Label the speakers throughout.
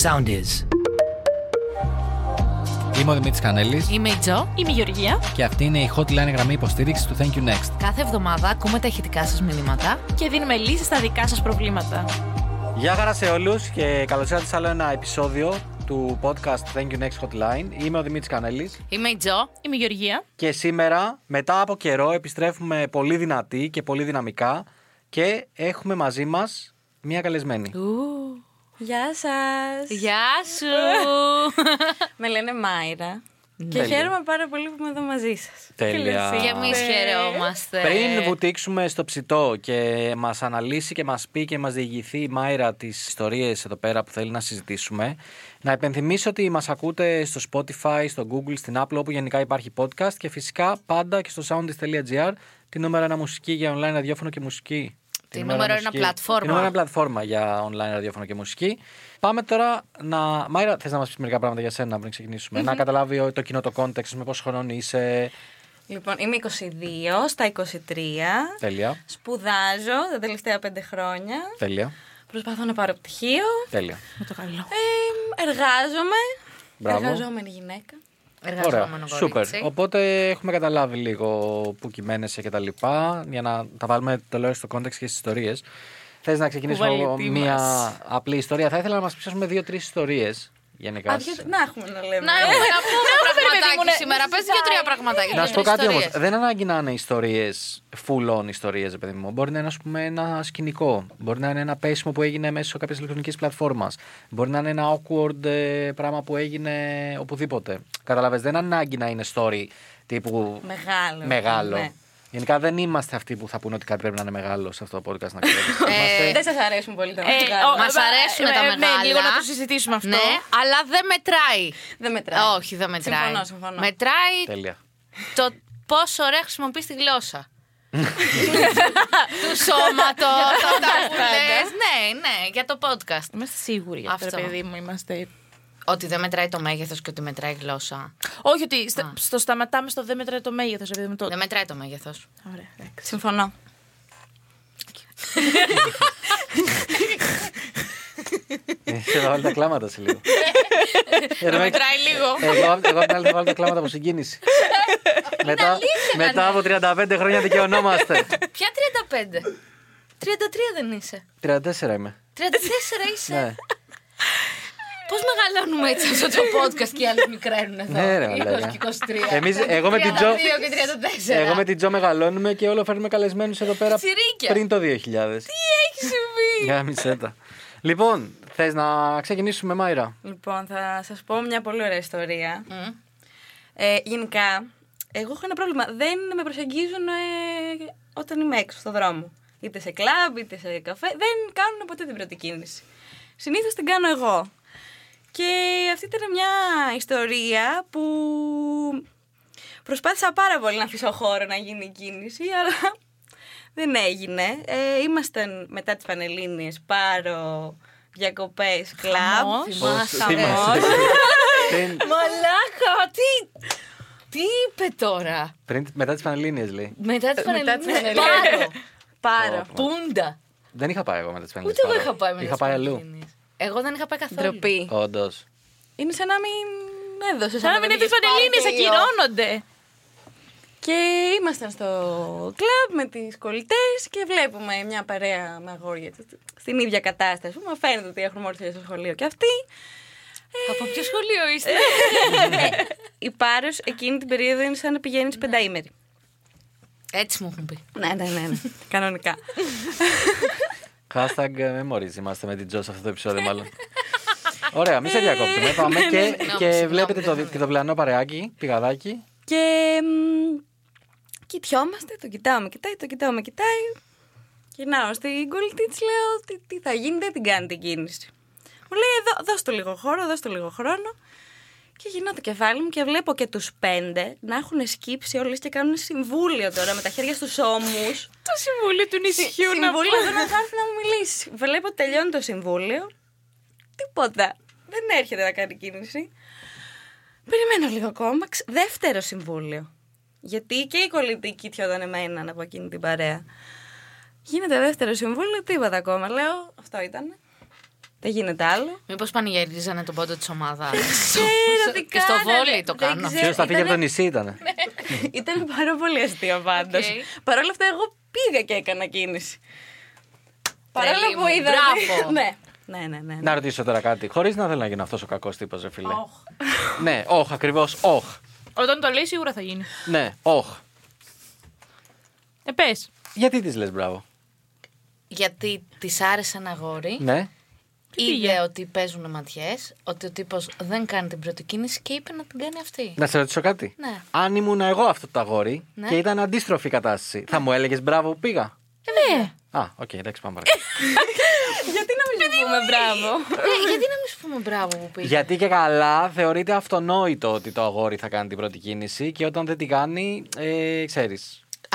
Speaker 1: sound is.
Speaker 2: Είμαι ο Δημήτρης Κανέλης
Speaker 3: Είμαι η Τζο.
Speaker 4: Είμαι η Γεωργία
Speaker 2: και αυτή είναι η hotline γραμμή υποστήριξης του Thank You Next.
Speaker 3: Κάθε εβδομάδα ακούμε τα ηχητικά σας μηνύματα.
Speaker 4: και δίνουμε λύσεις στα δικά σας προβλήματα.
Speaker 5: Γεια χαρά σε όλους και καλώς ήρθατε σε άλλο ένα επεισόδιο του podcast Thank You Next Hotline. Είμαι ο Δημήτρης Κανέλης
Speaker 3: Είμαι η Τζο.
Speaker 4: Είμαι η Γεωργία.
Speaker 5: και σήμερα μετά από καιρό επιστρέφουμε πολύ δυνατοί και πολύ δυναμικά και έχουμε μαζί μας μία καλεσμένη.
Speaker 6: Γεια σας!
Speaker 3: Γεια σου!
Speaker 6: Με λένε Μάιρα. Και
Speaker 5: Τέλεια.
Speaker 6: χαίρομαι πάρα πολύ που είμαι εδώ μαζί σας.
Speaker 5: Τέλεια.
Speaker 3: Και εμείς
Speaker 4: Ναι.
Speaker 3: χαιρόμαστε.
Speaker 5: Πριν βουτήξουμε στο ψητό και μας αναλύσει και μας πει και μας διηγηθεί η Μάιρα τις ιστορίες εδώ πέρα που θέλει να συζητήσουμε, να υπενθυμίσω ότι μας ακούτε στο Spotify, στο Google, στην Apple, όπου γενικά υπάρχει podcast και φυσικά πάντα και στο soundist.gr τη νούμερα ένα μουσική για online ραδιόφωνο και μουσική.
Speaker 3: Τη νούμερο ένα
Speaker 5: μουσική.
Speaker 3: πλατφόρμα.
Speaker 5: Τη νούμερο ένα πλατφόρμα για online ραδιόφωνο και μουσική. Πάμε τώρα να. Μάιρα, θες να μας πεις μερικά πράγματα για σένα πριν ξεκινήσουμε. Να καταλάβει το κοινό το context, με πόσο χρόνο είσαι.
Speaker 6: Λοιπόν, είμαι 22 στα 23.
Speaker 5: Τέλεια.
Speaker 6: Σπουδάζω τα τελευταία 5 χρόνια.
Speaker 5: Τέλεια.
Speaker 6: Προσπαθώ να πάρω πτυχίο.
Speaker 5: Τέλεια.
Speaker 4: Με το καλό.
Speaker 6: Ε, εργάζομαι.
Speaker 5: Μπράβο.
Speaker 6: Εργαζόμενη γυναίκα.
Speaker 3: Εργαζόμενο
Speaker 5: σούπερ.
Speaker 3: κορίτσι.
Speaker 5: Οπότε έχουμε καταλάβει λίγο που κυμαίνεσαι και τα λοιπά, για να τα βάλουμε το λέω στο context και στις ιστορίες. Θες να ξεκινήσουμε
Speaker 4: Κουβαλητή
Speaker 5: μία
Speaker 4: μας.
Speaker 5: απλή ιστορία. Θα ήθελα να μας πιάσουμε δύο-τρει ιστορίες γενικά.
Speaker 6: Α, δυο- να έχουμε να λέμε.
Speaker 3: Να
Speaker 4: Ε,
Speaker 3: έχουμε να πούμε
Speaker 4: παιδί μου, ναι.
Speaker 3: πραγματάκι σήμερα.
Speaker 4: Να
Speaker 3: Πε δύο-τρία
Speaker 6: Ε,
Speaker 3: πραγματάκια.
Speaker 5: Να σου πω
Speaker 3: δύο-τρεις
Speaker 5: κάτι όμως.
Speaker 3: ιστορίες.
Speaker 5: Δεν ανάγκη να είναι ιστορίες, full on ιστορίες, παιδί μου. Μπορεί να είναι, ας πούμε, ένα σκηνικό. Μπορεί να είναι ένα πέσιμο που έγινε μέσω κάποια ηλεκτρονική πλατφόρμας. Μπορεί να είναι ένα awkward ε, πράγμα που έγινε οπουδήποτε. Καταλαβες, δεν ανάγκη να είναι story τύπου.
Speaker 6: Μεγάλο.
Speaker 5: Μεγάλο.
Speaker 6: Ναι.
Speaker 5: Γενικά δεν είμαστε αυτοί που θα πούνε ότι κάτι πρέπει να είναι μεγάλο σε αυτό το podcast να ξέρετε.
Speaker 3: Ε,
Speaker 6: Δεν σας αρέσουν πολύ τα μεγάλα.
Speaker 3: ο- μας αρέσουν τα μεγάλα.
Speaker 4: ε, Ναι, λίγο να το συζητήσουμε αυτό.
Speaker 3: Ναι, αλλά δεν μετράει.
Speaker 6: Δεν
Speaker 4: Ναι.
Speaker 6: μετράει.
Speaker 3: Όχι, δεν μετράει.
Speaker 6: Συμφωνώ, συμφωνώ.
Speaker 3: Μετράει
Speaker 5: Τέλεια.
Speaker 3: το πόσο ωραία χρησιμοποιείς τη γλώσσα. του σώματος, αυτά που λες. Ναι, ναι, για το podcast.
Speaker 4: Είμαστε σίγουροι για αυτό,
Speaker 3: Αυτό.
Speaker 4: ρε παιδί μου. Είμαστε...
Speaker 3: Ότι δεν μετράει το μέγεθος και ότι μετράει η γλώσσα.
Speaker 4: Όχι ότι στα- στο σταματάμε στο δεν μετράει το μέγεθος, επειδή με το.
Speaker 3: Δεν μετράει το μέγεθος.
Speaker 4: Ωραία, εντάξει.
Speaker 6: Συμφωνώ.
Speaker 5: Ε, Θα βάλω τα κλάματα σε λίγο. Ε, ρε,
Speaker 3: Μετράει λίγο.
Speaker 5: Εγώ, εγώ απ' την άλλη θα βάλω τα κλάματα από συγκίνηση. μετά, μετά από 35 χρόνια δικαιωνόμαστε.
Speaker 3: Ποια 35. 33 δεν είσαι.
Speaker 5: 34 είμαι.
Speaker 3: 34 είσαι.
Speaker 5: ναι.
Speaker 3: Πώς μεγαλώνουμε έτσι αυτό το podcast και οι άλλοι μικραίνουν εδώ.
Speaker 5: Ναι, ρε,
Speaker 3: 20
Speaker 5: μαλάκα.
Speaker 3: και 23.
Speaker 5: Εμείς- εγώ με την Τζο-
Speaker 3: 32 και 34.
Speaker 5: Εγώ με την Τζο μεγαλώνουμε και όλο φέρνουμε καλεσμένους εδώ πέρα
Speaker 3: Τσιρίκια.
Speaker 5: πριν το 2000.
Speaker 3: Έχεις συμβεί.
Speaker 5: Για μισέτα. Λοιπόν, θες να ξεκινήσουμε, Μάιρα.
Speaker 6: Λοιπόν, θα σας πω μια πολύ ωραία ιστορία.
Speaker 3: Μμ.
Speaker 6: Ε, γενικά, εγώ έχω ένα πρόβλημα. Δεν με προσεγγίζουν ε, όταν είμαι έξω στον δρόμο. Είτε σε κλαμπ, είτε σε καφέ. Δεν κάνουν ποτέ την πρώτη κίνηση. Συνήθως την κάνω εγώ. Και αυτή ήταν μια ιστορία που προσπάθησα πάρα πολύ να αφήσω χώρο να γίνει η κίνηση, αλλά δεν έγινε. Ε, ήμασταν μετά τις Πανελλήνιες πάρο, διακοπές, κλαμπ.
Speaker 4: Χαμός.
Speaker 3: Θυμάσαι.
Speaker 5: Θυμάσαι. πριν,
Speaker 3: Μαλάκα, τι. Τι είπε τώρα.
Speaker 5: πριν, μετά τις Πανελλήνιες λέει.
Speaker 3: Μετά τις πανελληνίε.
Speaker 6: Πανελλήνιες.
Speaker 3: Πάρο.
Speaker 6: Πάρο.
Speaker 3: Πούντα.
Speaker 5: Δεν είχα πάει εγώ μετά τις Πανελλήνιες.
Speaker 3: Ούτε εγώ είχα πάει μετά.
Speaker 5: Είχα
Speaker 3: τις
Speaker 5: πάει αλλού.
Speaker 3: Πανελλήνιες. Εγώ δεν είχα πάει καθόλου.
Speaker 6: Ντροπή.
Speaker 5: Όντως.
Speaker 6: Είναι σαν να μην έδωσε.
Speaker 4: Σαν να μην είναι
Speaker 6: πήγες
Speaker 4: τι πανελίνε,
Speaker 6: πάρτι,
Speaker 4: ακυρώνονται.
Speaker 6: Και ήμασταν στο κλαμπ με τις κολλητές και βλέπουμε μια παρέα με αγόρια τ- στην ίδια κατάσταση. Μα φαίνεται ότι έχουν μόλις στο σχολείο και αυτοί.
Speaker 3: Από ποιο σχολείο είστε.
Speaker 6: Η πάρος εκείνη την περίοδο είναι σαν να πηγαίνεις πενταήμερη.
Speaker 3: Έτσι μου έχουν πει.
Speaker 6: Ναι, ναι, ναι. ναι. Κανονικά.
Speaker 5: Hashtag memories είμαστε με την Τζο σε αυτό το επεισόδιο, μάλλον. Ωραία, μη σε διακόπτουμε. Πάμε και, και
Speaker 3: συγγνώμη,
Speaker 5: βλέπετε
Speaker 3: δεν
Speaker 5: το, και το πλανό παρεάκι, πηγαδάκι.
Speaker 6: Ναι, και μ, κοιτιόμαστε, το κοιτάω, με κοιτάει, το κοιτάω, με κοιτάει. Γυρνάω στην κολλητή της, λέω τι, τι θα γίνει, δεν την κάνει την κίνηση. Μου λέει, εδώ, δώσ' του λίγο χώρο, δώσ' του λίγο χρόνο. Και γυρνάω το κεφάλι μου και βλέπω και τους πέντε να έχουν σκύψει όλες και κάνουν συμβούλιο τώρα με τα χέρια στους ώμους.
Speaker 4: Το συμβούλιο του νησιού να
Speaker 6: συμβούλιο δεν θα έρθει να μου μιλήσει. Βλέπω ότι τελειώνει το συμβούλιο. Τίποτα. Δεν έρχεται να κάνει κίνηση. Περιμένω λίγο ακόμα. Ξ- Δεύτερο συμβούλιο. Γιατί και η κολλητή κοιτιόταν εμένα από εκείνη την παρέα. Γίνεται δεύτερο συμβούλιο, τίποτα ακόμα. Λέω, αυτό ήταν. Δεν γίνεται άλλο.
Speaker 3: Μήπως πανηγυρίζανε τον πόντο της ομάδας.
Speaker 6: Ξέρω Ναι, τι
Speaker 3: Και στο
Speaker 6: κάνανε.
Speaker 3: βόλεϊ το
Speaker 6: ναι, Δεν
Speaker 3: κάνω.
Speaker 6: ξέρω.
Speaker 5: Ποιος θα φύγει
Speaker 6: Ήτανε-
Speaker 5: από το νησί ήταν.
Speaker 6: Ήταν πάρα πολύ αστείο πάντως.
Speaker 3: Οκ.
Speaker 6: Παρ' όλα αυτά, εγώ πήγα και έκανα κίνηση.
Speaker 3: Τρελή
Speaker 6: Παρόλο που
Speaker 3: μου,
Speaker 6: είδα.
Speaker 3: μπράβο.
Speaker 6: ναι. Ναι, ναι, ναι. ναι.
Speaker 5: Να ρωτήσω τώρα κάτι. Χωρίς να θέλω να γίνω αυτός ο κακός τύπος, ρε φίλε. Ναι, όχ, ακριβώς, όχ.
Speaker 4: Όταν το λέει, σίγουρα θα γίνει.
Speaker 5: Ναι, όχ.
Speaker 4: Ε, πες.
Speaker 5: Γιατί τη λες μπράβο.
Speaker 3: Γιατί της άρεσε ένα αγόρι,
Speaker 5: Ναι.
Speaker 3: είδε ότι παίζουν ματιές, ότι ο τύπος δεν κάνει την πρώτη κίνηση και είπε να την κάνει αυτή.
Speaker 5: Να σε ρωτήσω κάτι.
Speaker 3: Ναι.
Speaker 5: Αν ήμουν εγώ αυτό το αγόρι
Speaker 3: Ναι.
Speaker 5: και ήταν αντίστροφη η κατάσταση, θα μου έλεγες μπράβο που πήγα.
Speaker 3: Ε,
Speaker 4: Ναι.
Speaker 5: Α, οκ, εντάξει, πάμε παρακάτω.
Speaker 6: Γιατί να μην σου πούμε μπράβο.
Speaker 3: Ναι, γιατί να μην σου πούμε μπράβο που πήγε.
Speaker 5: Γιατί και καλά θεωρείται αυτονόητο ότι το αγόρι θα κάνει την πρώτη κίνηση και όταν δεν την κάνει, ε, ξέρεις.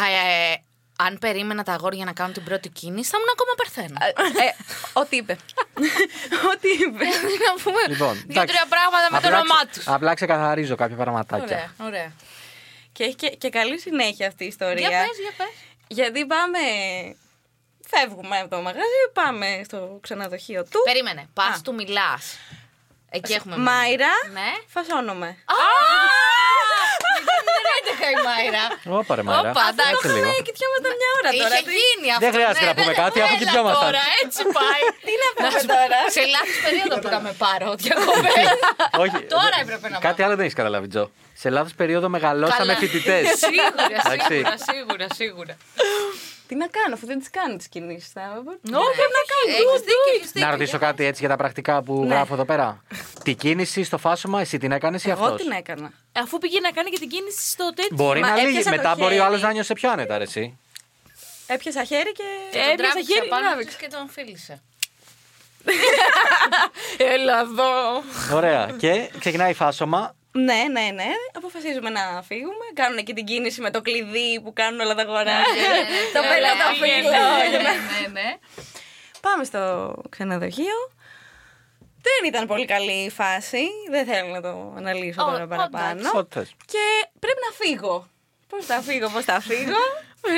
Speaker 3: Α, ε, ε, αν περίμενα τα αγόρια να κάνουν την πρώτη κίνηση, θα ήμουν ακόμα παρθένα.
Speaker 6: Ε, ε, Ό,τι είπε. Ό,τι είπε.
Speaker 3: να πούμε
Speaker 5: Λοιπόν,
Speaker 3: δύο-τρία πράγματα με το όνομά τους.
Speaker 5: Απλά ξεκαθαρίζω κάποια πραγματάκια.
Speaker 3: Ωραία, ωραία.
Speaker 6: Και έχει και, και καλή συνέχεια αυτή η
Speaker 3: Για
Speaker 6: ιστορία.
Speaker 3: πες, για πες.
Speaker 6: Γιατί πάμε. Φεύγουμε από το μαγαζί, πάμε στο ξενοδοχείο του.
Speaker 3: Περίμενε. Πας
Speaker 6: Α.
Speaker 3: του μιλάς. Εκεί έχουμε. μείνει.
Speaker 6: Μάιρα,
Speaker 3: Ναι.
Speaker 6: φασώνομαι.
Speaker 3: Α! Δεν έντεχα η Μάιρα.
Speaker 5: Όπα ρε Μάρα.
Speaker 3: Όπα, εντάξει.
Speaker 5: Κάτσε λίγο.
Speaker 6: Ε, κοιτιόμασταν μια ώρα τώρα.
Speaker 3: Είχε
Speaker 6: Τι-
Speaker 3: γίνει αυτό.
Speaker 5: Δεν χρειάζεται
Speaker 3: ναι,
Speaker 5: να πούμε
Speaker 3: δεν-
Speaker 5: κάτι, αφού
Speaker 3: έλα
Speaker 5: κοιτιόμασταν.
Speaker 3: Τώρα, έτσι πάει. Τι να πούμε τώρα. Σε λάθος περίοδο πήγαμε πάρο διακοπέ.
Speaker 5: Όχι,
Speaker 3: Τώρα
Speaker 5: δεν-
Speaker 3: έπρεπε να
Speaker 5: Κάτι άλλο δεν έχεις καταλάβει, Τζο. Σε λάθος περίοδο μεγαλώσαμε φοιτητές.
Speaker 3: Σίγουρα,
Speaker 5: Εντάξει.
Speaker 3: σίγουρα, σίγουρα, σίγουρα.
Speaker 6: Τι να κάνω, αφού δεν τις κάνω τις κινήσεις. Θα...
Speaker 3: Όχι, να κάνω. Έχεις Ναι. δίκιο, έχεις
Speaker 5: Να
Speaker 3: δίκιο.
Speaker 5: ρωτήσω κάτι έτσι για τα πρακτικά που
Speaker 3: Ναι.
Speaker 5: γράφω εδώ πέρα. Τη κίνηση στο φάσομα, εσύ την έκανες ή
Speaker 6: Εγώ
Speaker 5: αυτός.
Speaker 6: την έκανα.
Speaker 4: Αφού πήγε να κάνει και την κίνηση στο τέτοιο.
Speaker 5: Μπορεί
Speaker 6: Μα
Speaker 5: να λύγει.
Speaker 6: έπιασα το
Speaker 5: Μετά μπορεί ο άλλο
Speaker 6: χέρι.
Speaker 5: να νιώσει πιο άνετα, ρε, εσύ.
Speaker 6: Έπιασα χέρι και.
Speaker 4: Ε,
Speaker 3: Τον
Speaker 4: έπιασε
Speaker 3: τράβηξε
Speaker 4: χέρι,
Speaker 3: πάνω
Speaker 4: τράβηξε.
Speaker 3: της και τον φίλησε.
Speaker 4: Έλα εδώ.
Speaker 5: Ωραία. Και ξεκινάει φάσομα.
Speaker 6: Ναι, ναι, ναι. Αποφασίζουμε να φύγουμε. Κάνουν εκεί την κίνηση με το κλειδί που κάνουν όλα τα αγοράκια. το πελατοφύλλο.
Speaker 3: Ναι, ναι, ναι.
Speaker 6: Πάμε στο ξενοδοχείο. Δεν ήταν πολύ καλή η φάση. Δεν θέλω να το αναλύσω
Speaker 3: Ω,
Speaker 6: τώρα
Speaker 3: όντας.
Speaker 6: παραπάνω.
Speaker 5: Ό,τι θες.
Speaker 6: Και πρέπει να φύγω. Πώς θα φύγω, πώς θα φύγω.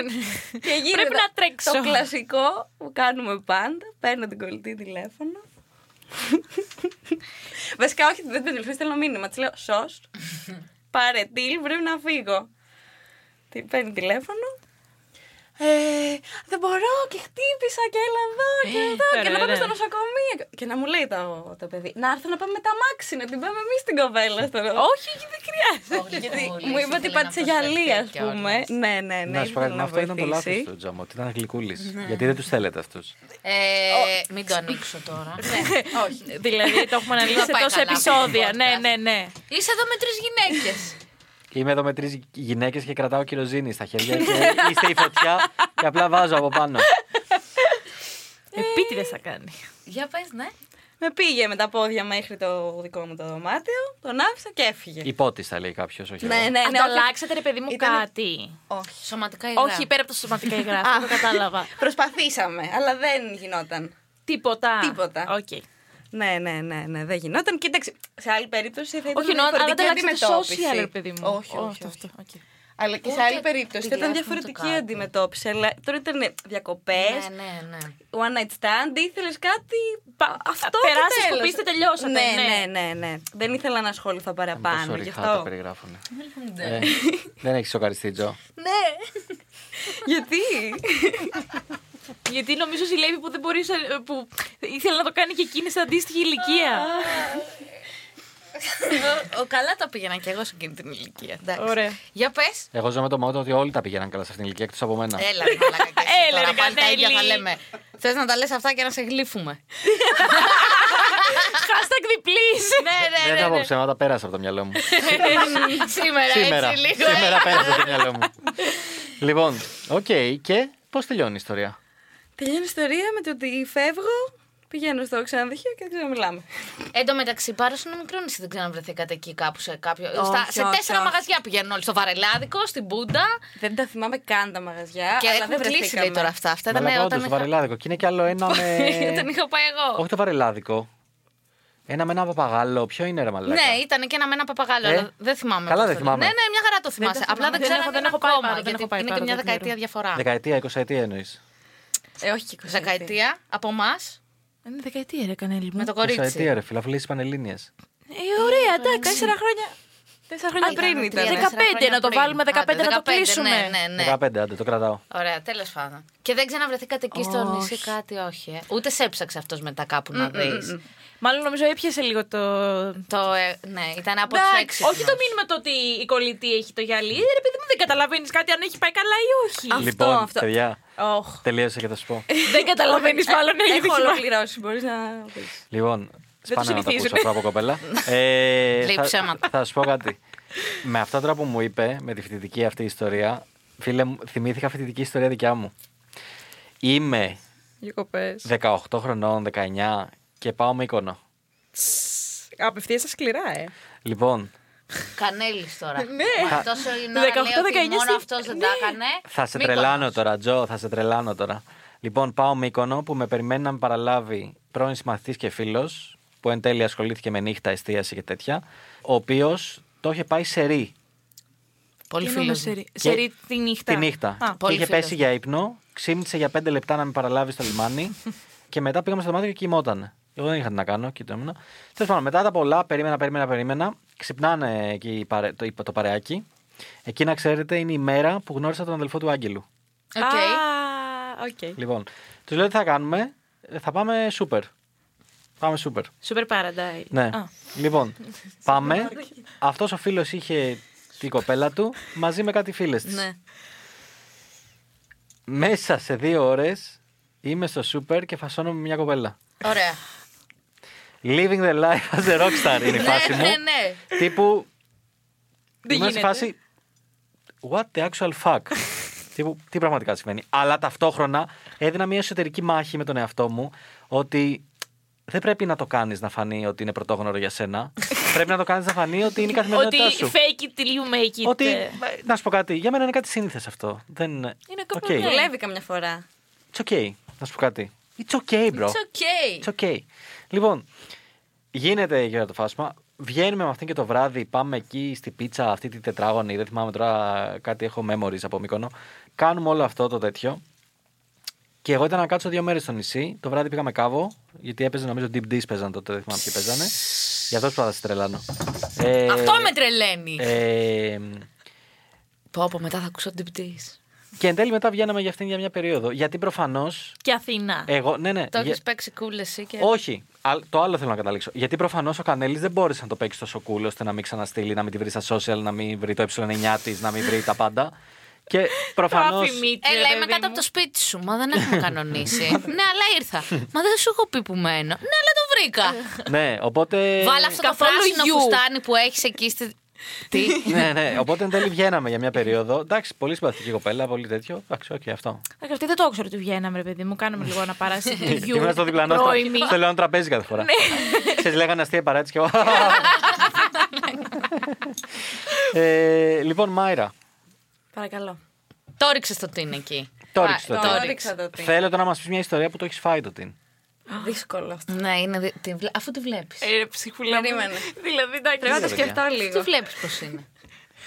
Speaker 6: και γίνεται
Speaker 4: Πρέπει να τρέξω.
Speaker 6: Το κλασικό που κάνουμε πάντα. Παίρνω την κολλητή τηλέφωνο. Βασικά, όχι, δεν την τηλεφωνώ, στέλνω μήνυμα. Της λέω σω. Πάρε τίλ, πρέπει να φύγω. Τη παίρνει τηλέφωνο. Ε, δεν μπορώ και χτύπησα και έλα εδώ και εδώ και να πάμε στο νοσοκομείο. Και να μου λέει το, το παιδί, να έρθω να πάμε με τα μάξι, να την πάμε εμείς την κοπέλα στο νοσοκομείο. Όχι, δεν χρειάζεται.
Speaker 3: Όχι,
Speaker 6: Γιατί
Speaker 3: πολύ,
Speaker 6: μου είπε ότι
Speaker 3: ήθελε να
Speaker 6: πάτησε γυαλί, α
Speaker 3: προσφερθεί
Speaker 6: πούμε.
Speaker 3: κιόλας.
Speaker 6: Ναι, ναι, ναι.
Speaker 5: Να σου πω κάτι, μα
Speaker 6: ήθελε να
Speaker 5: αυτό ήταν το λάθος
Speaker 6: βοηθήσει. Ναι.
Speaker 5: του Τζαμ, ότι ήταν γλυκούλης. Γιατί δεν τους θέλετε αυτούς.
Speaker 3: Ε, Μην το ανοίξω τώρα.
Speaker 4: Όχι. Δηλαδή το έχουμε αναλύσει σε
Speaker 3: πάει
Speaker 4: τόσα
Speaker 3: καλά
Speaker 4: επεισόδια.
Speaker 3: αυτό το
Speaker 4: Ναι,
Speaker 3: podcast.
Speaker 4: ναι, ναι.
Speaker 3: Είσαι εδώ με τρεις γυναίκες.
Speaker 5: Είμαι εδώ με τρεις γυναίκες και κρατάω κυροζίνη στα χέρια. και
Speaker 6: Ναι.
Speaker 5: είστε η φωτιά και απλά βάζω από πάνω.
Speaker 4: Επίτηδες θα κάνει.
Speaker 3: Για πες, ναι.
Speaker 6: Με πήγε με τα πόδια μέχρι το δικό μου το δωμάτιο, τον άφησα και έφυγε.
Speaker 5: Υπότη θα λέει κάποιος, όχι.
Speaker 6: Ναι,
Speaker 5: εγώ.
Speaker 6: ναι, ναι. όχι-
Speaker 4: Ανταλλάξατε ρε παιδί μου
Speaker 6: Ήτανε-
Speaker 4: κάτι.
Speaker 6: Όχι.
Speaker 3: Σωματικά υγρά.
Speaker 4: Όχι, πέρα από τα σωματικά υγρά. Αυτό το κατάλαβα.
Speaker 6: Προσπαθήσαμε, αλλά δεν γινόταν.
Speaker 4: Τίποτα.
Speaker 6: Τίποτα.
Speaker 4: Οκ.
Speaker 6: Ναι, ναι, ναι, ναι, δεν γινόταν. Κοίταξε, σε άλλη περίπτωση θα ήταν
Speaker 4: Όχι, εννοώ, αλλά
Speaker 6: διαφορετική
Speaker 4: ανταλλάξατε
Speaker 6: αντιμετώπιση.
Speaker 4: social, ρε παιδί μου.
Speaker 6: Όχι, όχι. όχι.
Speaker 4: Αυτό, οκ.
Speaker 6: Αλλά και σε
Speaker 3: Ούτε
Speaker 6: άλλη περίπτωση θα ήταν
Speaker 3: τηλέφωνο,
Speaker 6: διαφορετική
Speaker 3: ούτε κάτι.
Speaker 6: αντιμετώπιση. Αλλά τώρα ήταν διακοπές,
Speaker 3: Ναι, ναι, ναι.
Speaker 6: one night stand, ήθελες κάτι.
Speaker 4: Πα-
Speaker 6: Αυτό
Speaker 4: περάσεις,
Speaker 6: και τέλος.
Speaker 4: σκουπίστε, τελειώσατε,
Speaker 6: Ναι,
Speaker 4: ναι.
Speaker 6: ναι, ναι, ναι. Δεν ήθελα να ασχοληθώ παραπάνω.
Speaker 5: Τόσο
Speaker 6: Γι'
Speaker 5: ριχά τα
Speaker 6: αυτό. Ναι.
Speaker 5: περιγράφουν. Ε, Δεν έχεις σοκαριστεί, Τζο.
Speaker 3: ναι.
Speaker 6: Γιατί.
Speaker 4: Γιατί νομίζω ζηλεύει που δεν μπορείς, ε, που ήθελε να το κάνει και εκείνης σε αντίστοιχη ηλικία.
Speaker 3: Ο, καλά τα πήγαινα κι εγώ σε εκείνη την ηλικία. εντάξει.
Speaker 4: Ωραία.
Speaker 3: Για πες.
Speaker 5: Εγώ ζω με το μότο ότι όλοι τα πηγαίναν καλά σε αυτήν την ηλικία εκτός από
Speaker 6: Ε, ναι,
Speaker 5: μένα.
Speaker 3: Έλα, ρε μαλάκα και εσύ
Speaker 4: Έλα,
Speaker 3: τώρα,
Speaker 4: ρε,
Speaker 3: πάλι τα ίδια θα
Speaker 4: Κατέλη.
Speaker 3: λέμε. Θες να τα λες αυτά και να σε γλύφουμε.
Speaker 4: Hashtag διπλής.
Speaker 3: ναι,
Speaker 5: Δεν
Speaker 3: ναι,
Speaker 5: θα
Speaker 3: ναι,
Speaker 5: πω ψέματα, πέρασε από το μυαλό μου.
Speaker 3: ναι. Σήμερα,
Speaker 5: Σήμερα.
Speaker 3: έτσι λίγο. ε.
Speaker 5: Σήμερα πέρασε από το μυαλό μου. Λοιπόν, οκ, και πώς τελειώνει η ιστορία.
Speaker 6: Τελειώνει η ιστορία με το ότι φεύγω, πηγαίνω στο ξενοδοχείο και δεν ξέρω μιλάμε.
Speaker 3: Εν τω μεταξύ, πάρο είναι μικρό νησί, δεν ξαναβρεθήκατε εκεί κάπου σε κάποιο.
Speaker 6: Όχι,
Speaker 3: στα- σε
Speaker 6: όχι,
Speaker 3: τέσσερα
Speaker 6: όχι.
Speaker 3: μαγαζιά πηγαίνουν όλοι. Στο Βαρελάδικο, στην Μπούντα.
Speaker 6: Δεν τα θυμάμαι καν τα μαγαζιά.
Speaker 3: Και
Speaker 6: αλλά
Speaker 3: έχουν
Speaker 6: δεν
Speaker 3: κλείσει λέει
Speaker 6: βρεθήκαμε.
Speaker 3: τώρα αυτά. Αυτά ήταν
Speaker 5: Μαλάκα,
Speaker 3: όταν.
Speaker 5: όντως, το
Speaker 3: είχα-
Speaker 5: βαρελάδικο. Και είναι κι άλλο ένα με.
Speaker 3: Όταν είχα πάει εγώ.
Speaker 5: Όχι το βαρελάδικο. Ένα με ένα παπαγάλο. Ποιο είναι, ρε Μαλάκα.
Speaker 3: Ναι, ήταν και ένα με ένα παπαγάλο,
Speaker 5: Ε,
Speaker 3: αλλά δεν θυμάμαι.
Speaker 5: καλά
Speaker 3: πώς
Speaker 5: δεν
Speaker 3: το
Speaker 5: θυμάμαι.
Speaker 3: λέω. Ναι, ναι, μια χαρά το θυμάσαι.
Speaker 4: θυμάμαι.
Speaker 3: Απλά δεν
Speaker 4: Δεν
Speaker 3: ξέρω
Speaker 4: έχω-
Speaker 3: αν
Speaker 4: δεν
Speaker 3: είναι
Speaker 4: έχω πάει
Speaker 3: ακόμα.
Speaker 4: πάρα, δεν
Speaker 3: Γιατί
Speaker 4: έχω πάει
Speaker 3: είναι και
Speaker 4: πάρα,
Speaker 3: μια
Speaker 4: δεν ξέρω.
Speaker 3: δεκαετία διαφορά.
Speaker 5: Δεκαετία, εικοσαετία εννοείς.
Speaker 6: Ε, όχι και 20.
Speaker 3: Δεκαετία από εμά.
Speaker 4: Είναι δεκαετία, ρε, Κανέλη μου.
Speaker 3: Με το
Speaker 5: Τεσσαετία,
Speaker 3: κορίτσι.
Speaker 5: ρε, φιλαφλήσει πανελλήνιες.
Speaker 4: Ε, ωραία, εντάξει.
Speaker 6: Τέσσερα χρόνια. Τέσσερα
Speaker 3: Α,
Speaker 6: χρόνια
Speaker 3: ήταν
Speaker 6: πριν
Speaker 3: τρία,
Speaker 6: ήταν.
Speaker 3: τέσσερα
Speaker 4: 15
Speaker 3: χρόνια
Speaker 4: να το
Speaker 3: πριν.
Speaker 4: βάλουμε, 15
Speaker 3: Άντε,
Speaker 4: να το
Speaker 3: 15,
Speaker 4: κλείσουμε.
Speaker 3: Ναι, ναι, ναι.
Speaker 5: 15, άντε, το κρατάω.
Speaker 3: Ωραία, τέλος πάντων. Και δεν ξαναβρεθήκατε εκεί στο
Speaker 4: Όχι. Mm,
Speaker 3: νησί, κάτι, όχι. ε. Ούτε σε έψαξε αυτός μετά κάπου να δεις.
Speaker 4: Μάλλον νομίζω έπιασε λίγο το.
Speaker 3: Το, ε, ναι, ήταν από του
Speaker 4: Εντάξει,
Speaker 3: έξι.
Speaker 4: όχι το μήνυμα το ότι η κολλητή έχει το γυαλί. Ε, Ρε παιδί μου, δεν καταλαβαίνεις κάτι αν έχει πάει καλά ή όχι.
Speaker 6: Αυτό,
Speaker 5: λοιπόν,
Speaker 6: αυτό.
Speaker 5: παιδιά,
Speaker 4: Οχ.
Speaker 5: τελείωσε και θα σου πω.
Speaker 3: Ε,
Speaker 4: Δεν καταλαβαίνεις μάλλον έχει
Speaker 6: Έχω
Speaker 4: δίκιο.
Speaker 6: ολοκληρώσει. Μπορείς να. πεις.
Speaker 5: λοιπόν, σπάνε να τα
Speaker 4: συνηθίζουν.
Speaker 5: ακούσω αυτά από κοπέλα. ε,
Speaker 3: Λέει
Speaker 5: θα,
Speaker 3: ψέματα.
Speaker 5: θα σου πω κάτι. με αυτά τώρα που μου είπε, με τη φοιτητική αυτή ιστορία, φίλε μου, θυμήθηκα φοιτητική ιστορία δικιά μου. Είμαι
Speaker 6: Διακοπέ.
Speaker 5: 18 χρονών, 19 και πάω με εικόνα.
Speaker 6: Απευθεία στα σκληρά, ε.
Speaker 5: Λοιπόν,
Speaker 3: Κανέλη τώρα.
Speaker 4: Ναι.
Speaker 3: Αυτό είναι ώρα
Speaker 4: 18,
Speaker 3: λέει ότι
Speaker 4: 19
Speaker 3: μόνο
Speaker 4: στη-
Speaker 3: αυτό δεν τα έκανε.
Speaker 5: θα σε
Speaker 3: Μύκονος.
Speaker 5: τρελάνω τώρα, Τζο, θα σε τρελάνω τώρα. Λοιπόν, πάω με εικόνα που με περιμένει να με παραλάβει πρώην συμμαθητή και φίλο, που εν τέλει ασχολήθηκε με νύχτα, εστίαση και τέτοια, ο οποίο το είχε πάει σε ρί.
Speaker 3: Πολύ
Speaker 4: Τι εννοούμε
Speaker 3: φίλο.
Speaker 4: σε ρί- Σε ρί τη νύχτα.
Speaker 5: Τη νύχτα.
Speaker 4: Α,
Speaker 5: και
Speaker 3: πολύ
Speaker 5: είχε
Speaker 3: φίλος.
Speaker 5: πέσει για ύπνο, ξύμνησε για πέντε λεπτά να με παραλάβει στο λιμάνι και μετά πήγαμε στο δωμάτιο και κοιμότανε. Εγώ δεν είχα τι να κάνω, κοιτώμουν. Τέλος πάντων, μετά τα πολλά, περίμενα, περίμενα, περίμενα. Ξυπνάνε εκεί η παρε- το, το παρεάκι. Εκεί να ξέρετε είναι η μέρα που γνώρισα τον αδελφό του Άγγελου.
Speaker 3: Οκ.
Speaker 4: Α, οκ.
Speaker 5: Λοιπόν, τους λέω τι θα κάνουμε. Ε, Θα πάμε σούπερ. Πάμε σούπερ.
Speaker 4: Super Paradise.
Speaker 5: Ναι.
Speaker 4: Α.
Speaker 5: Λοιπόν, πάμε. Αυτός ο φίλος είχε την κοπέλα του μαζί με κάτι φίλες της.
Speaker 3: Ναι.
Speaker 5: Μέσα σε δύο ώρες είμαι στο σούπερ και φασώνω με μια κοπέλα.
Speaker 3: Ωραία.
Speaker 5: Living the life as a rockstar είναι η φάση
Speaker 3: ναι,
Speaker 5: μου.
Speaker 3: ναι, ναι.
Speaker 5: Τύπου.
Speaker 4: Δεν
Speaker 5: Είμαι στη
Speaker 4: γίνεται.
Speaker 5: φάση. What the actual fuck. τύπου, τι πραγματικά σημαίνει. Αλλά ταυτόχρονα έδινα μια εσωτερική μάχη με τον εαυτό μου ότι δεν πρέπει να το κάνεις να φανεί ότι είναι πρωτόγνωρο για σένα. πρέπει να το κάνεις να φανεί ότι είναι η
Speaker 4: Ότι
Speaker 5: καθημερινότητά σου.
Speaker 4: fake it till you make it.
Speaker 5: Ότι. Να σου πω κάτι. Για μένα είναι κάτι σύνηθες αυτό. Δεν... Είναι
Speaker 4: κάπου,
Speaker 5: okay.
Speaker 4: ναι.
Speaker 6: Δουλεύει καμιά φορά.
Speaker 5: It's okay. Να σου πω κάτι. It's okay, bro.
Speaker 3: It's okay.
Speaker 5: It's okay. Λοιπόν, γίνεται για το φάσμα. Βγαίνουμε με αυτήν και το βράδυ. Πάμε εκεί στη πίτσα, αυτή τη τετράγωνη. Δεν θυμάμαι τώρα κάτι. Έχω memories από Μύκονο. Κάνουμε όλο αυτό το τέτοιο. Και εγώ ήταν να κάτσω δύο μέρες στο νησί. Το βράδυ πήγαμε κάβο. Γιατί έπαιζε, νομίζω, deep dish παίζανε τότε. Δεν θυμάμαι ποιοι παίζανε. Γι' αυτό σου θα σε τρελάνω. Ε,
Speaker 3: Αυτό με τρελαίνει.
Speaker 5: ε,
Speaker 3: Πω, πω, μετά θα ακούσω την πτήση.
Speaker 5: και εν τέλει μετά βγαίναμε για αυτήν για μια περίοδο. Γιατί προφανώς.
Speaker 4: Και Αθήνα.
Speaker 5: Εγώ, ναι, ναι.
Speaker 3: Το
Speaker 5: για-
Speaker 3: έχεις παίξει cool εσύ και.
Speaker 5: Όχι. Α, Το άλλο θέλω να καταλήξω. Γιατί προφανώς ο Κανέλης δεν μπόρεσε να το παίξει τόσο cool ώστε να μην ξαναστείλει, να μην τη βρει στα social, να μην βρει το ε ε9 της, να μην βρει τα πάντα. Και προφανώς.
Speaker 4: Αφημίτρια,
Speaker 3: Έλα, είμαι κάτω
Speaker 4: παιδί μου.
Speaker 3: από Ε, το σπίτι σου. Μα δεν έχουμε κανονίσει. ναι, αλλά ήρθα. Μα δεν σου έχω πει που μένω. Ναι, αλλά το βρήκα.
Speaker 5: ναι, οπότε.
Speaker 3: Βάλα αυτό το
Speaker 4: καθόλου
Speaker 3: πράσινο
Speaker 4: γιου.
Speaker 3: φουστάνι που έχεις εκεί στη. Τι.
Speaker 5: ναι, ναι. Οπότε εν τέλει βγαίναμε για μια περίοδο. Εντάξει, πολύ συμπαθητική κοπέλα, πολύ τέτοιο. Εντάξει, οκ, αυτό.
Speaker 4: Ε, Αυτή δεν το ήξερα ότι βγαίναμε, ρε παιδί μου. Κάναμε λίγο ένα παράσιτιου.
Speaker 5: Ήμουν στο διπλανό στο, στο λεωμένο τραπέζι κάθε φορά. Σα λέγανε αστεία παράτηση και εγώ. ε, λοιπόν, Μάιρα,
Speaker 6: Παρακαλώ.
Speaker 3: Το ρίξες το τι είναι εκεί.
Speaker 5: το
Speaker 3: Α,
Speaker 5: ρίξε το
Speaker 3: το
Speaker 5: τι.
Speaker 3: ρίξε.
Speaker 6: ρίξα το τι.
Speaker 5: θέλω τώρα να μας πεις μια ιστορία που το έχεις φάει το τι.
Speaker 6: Δύσκολο αυτό.
Speaker 3: Ναι, είναι. δι- τη βλέ- Αφού τη βλέπεις.
Speaker 4: Ε, ψυχούλα μου.
Speaker 6: Περίμενε.
Speaker 4: Δηλαδή, εντάξει.
Speaker 6: Πρέπει να το
Speaker 5: παιδιά.
Speaker 6: σκεφτώ
Speaker 3: Τι
Speaker 6: λίγο.
Speaker 3: βλέπεις πώς είναι.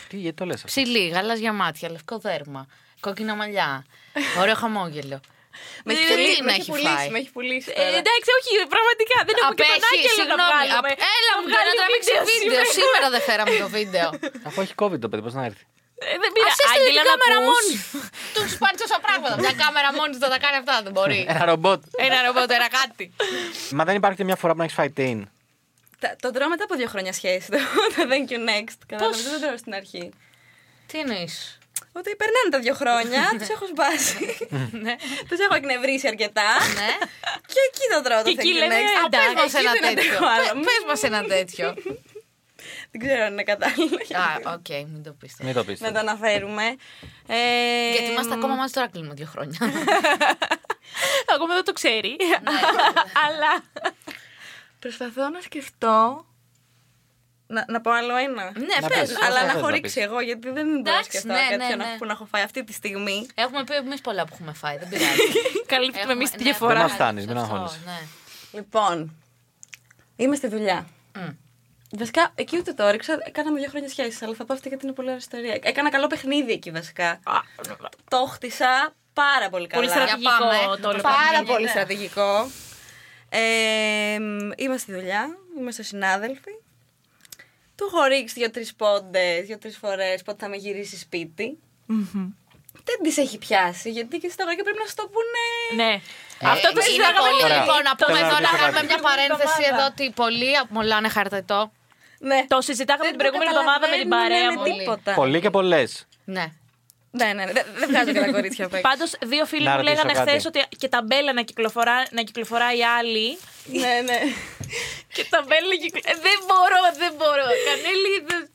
Speaker 5: Τι, γιατί το λες αυτό.
Speaker 3: Ψηλή, γαλάζια μάτια, λευκό δέρμα, κόκκινα μαλλιά, ωραίο χαμόγελο.
Speaker 6: Με έχει
Speaker 3: Δηλαδή, τι
Speaker 6: πουλήσει, Ε, με
Speaker 3: να
Speaker 6: έχει πουλήσει. Με έχει πουλήσει.
Speaker 4: Ε,
Speaker 6: τώρα.
Speaker 4: εντάξει, όχι, πραγματικά δεν έχουμε και τον
Speaker 3: Απέχει,
Speaker 4: Άγγελο να
Speaker 3: συγγνώμη.
Speaker 4: βγάλουμε.
Speaker 3: απ- Έλα
Speaker 4: Να
Speaker 3: μου,
Speaker 4: βγάλει
Speaker 3: τώρα το
Speaker 4: βίντεο
Speaker 3: ρίξε βίντεο. Σήμερα δεν φέραμε το βίντεο.
Speaker 5: Αφού έχει COVID το παιδί, πώς να έρθει.
Speaker 4: Ε, Δεν
Speaker 3: Ας
Speaker 4: πειράζει.
Speaker 3: έστειλε
Speaker 4: Άγγελα
Speaker 3: την
Speaker 4: να
Speaker 3: κάμερα
Speaker 4: ακούς.
Speaker 3: μόνη. Του έχεις πάρει τόσα πράγματα. Μια κάμερα μόνη της δεν τα κάνει αυτά, δεν μπορεί.
Speaker 5: Ένα ρομπότ.
Speaker 3: Ε, Ένα ρομπότ, ένα κάτι.
Speaker 5: Μα δεν υπάρχει και μια φορά που να έχεις φάει την.
Speaker 6: Τα- Το τρώω μετά από δύο χρόνια σχέση. Το το thank you next. Κατάλαβε, δεν το τρώω στην αρχή.
Speaker 3: Τι εννοείς.
Speaker 6: Ότι περνάνε τα δύο χρόνια, τους έχω σπάσει. Τους έχω εκνευρίσει αρκετά.
Speaker 3: Ναι.
Speaker 6: Και εκεί το τρώω το
Speaker 4: Και εκεί
Speaker 6: thank you
Speaker 4: λέμε,
Speaker 6: next. Α, πες
Speaker 3: Εντάξει,
Speaker 6: μας
Speaker 3: πες
Speaker 6: εκεί,
Speaker 3: ένα
Speaker 6: δεν
Speaker 3: τέτοιο.
Speaker 6: αντέχω άλλο.
Speaker 3: Πες μας ένα τέτοιο.
Speaker 6: Δεν ξέρω αν είναι κατάλληλο.
Speaker 3: Α, οκ, μην το πείστε.
Speaker 5: Μην το
Speaker 6: Να
Speaker 5: πείστε.
Speaker 6: το αναφέρουμε. Ε,
Speaker 3: Γιατί είμαστε ακόμα μαζί τώρα κλείνουμε δύο χρόνια.
Speaker 4: Ακόμα δεν το ξέρει.
Speaker 3: Ναι,
Speaker 4: Αλλά.
Speaker 6: Προσπαθώ να σκεφτώ. Να, να πω άλλο ένα. Ε,
Speaker 3: Ναι,
Speaker 5: Να
Speaker 3: πες.
Speaker 5: πες.
Speaker 6: Αλλά
Speaker 5: Όσα
Speaker 6: να
Speaker 5: θες
Speaker 6: έχω
Speaker 5: να
Speaker 6: ρίξει
Speaker 5: πεις.
Speaker 6: εγώ, γιατί δεν μπορώ να
Speaker 3: Εντάξει,
Speaker 6: σκεφτώ
Speaker 3: ναι,
Speaker 6: κάτι
Speaker 3: ναι,
Speaker 6: να-
Speaker 3: ναι.
Speaker 6: που να έχω φάει αυτή τη στιγμή.
Speaker 3: Έχουμε πει εμείς πολλά που έχουμε φάει, δεν πειράζει.
Speaker 4: Καλύπτουμε εμείς τη
Speaker 3: ναι,
Speaker 4: διαφορά.
Speaker 5: Δεν μας φτάνεις, μην
Speaker 3: σωστό,
Speaker 5: αγχώνεσαι.
Speaker 3: ναι.
Speaker 6: Λοιπόν, είμαι στη δουλειά.
Speaker 3: Μμ.
Speaker 6: Βασικά, εκεί ούτε το έριξα. Κάναμε δύο χρόνια σχέσεις, αλλά θα πω αυτή γιατί είναι πολύ ωραία ιστορία. Έκανα καλό παιχνίδι εκεί, βασικά.
Speaker 4: Α,
Speaker 6: Το χτίσα πάρα πολύ καλά.
Speaker 4: Πολύ
Speaker 3: Για
Speaker 4: στρατηγικό
Speaker 3: πάμε.
Speaker 4: το όλο
Speaker 3: Πάρα
Speaker 6: Πάρα
Speaker 4: παιχνίδι. Ναι.
Speaker 3: πολύ
Speaker 6: πολύ
Speaker 3: στρατηγικό.
Speaker 6: στρατηγικό. Ε, μ, είμαστε στη δουλειά, είμαστε συνάδελφοι. Του έχω ρίξει δύο-τρει πόντες, δύο-τρει φορές πότε θα με γυρίσει σπίτι. Δεν τις έχει πιάσει, γιατί και στα λόγια πρέπει να σου το πούνε.
Speaker 4: Ναι.
Speaker 3: Ε,
Speaker 4: Αυτό το
Speaker 3: είναι
Speaker 4: συζητάγαμε
Speaker 3: πολύ,
Speaker 4: πριν.
Speaker 3: Λοιπόν, να πούμε
Speaker 5: Θέλω να
Speaker 3: εδώ
Speaker 5: ρωτήσω κάτι.
Speaker 3: να κάνουμε μια
Speaker 4: Την προηγούμενη
Speaker 3: παρένθεση
Speaker 4: εβδομάδα.
Speaker 3: εδώ ότι πολλοί απολάνε χαρτετό.
Speaker 6: Ναι.
Speaker 4: Το συζητάγαμε
Speaker 6: Δεν
Speaker 4: την
Speaker 6: το
Speaker 4: προηγούμενη εβδομάδα με την παρέα
Speaker 6: καταλαβαίνουν,
Speaker 4: μου.
Speaker 6: ναι, Τίποτα.
Speaker 5: Πολλοί και πολλές.
Speaker 3: Ναι.
Speaker 6: Ναι, ναι, ναι. Δεν δεν βγάζω και τα κορίτσια απ' έξω.
Speaker 4: Πάντως, δύο φίλοι
Speaker 5: Να
Speaker 4: μου
Speaker 5: ρωτήσω
Speaker 4: λέγανε
Speaker 5: κάτι.
Speaker 4: χθες ότι και τα μπέλα να, κυκλοφορά, να κυκλοφοράει η άλλη.
Speaker 6: Ναι, ναι.
Speaker 4: Και τα μπέλα
Speaker 3: Ε,
Speaker 4: κυκλοφοράει. Δεν μπορώ, δεν μπορώ. Κανέλη. δεν-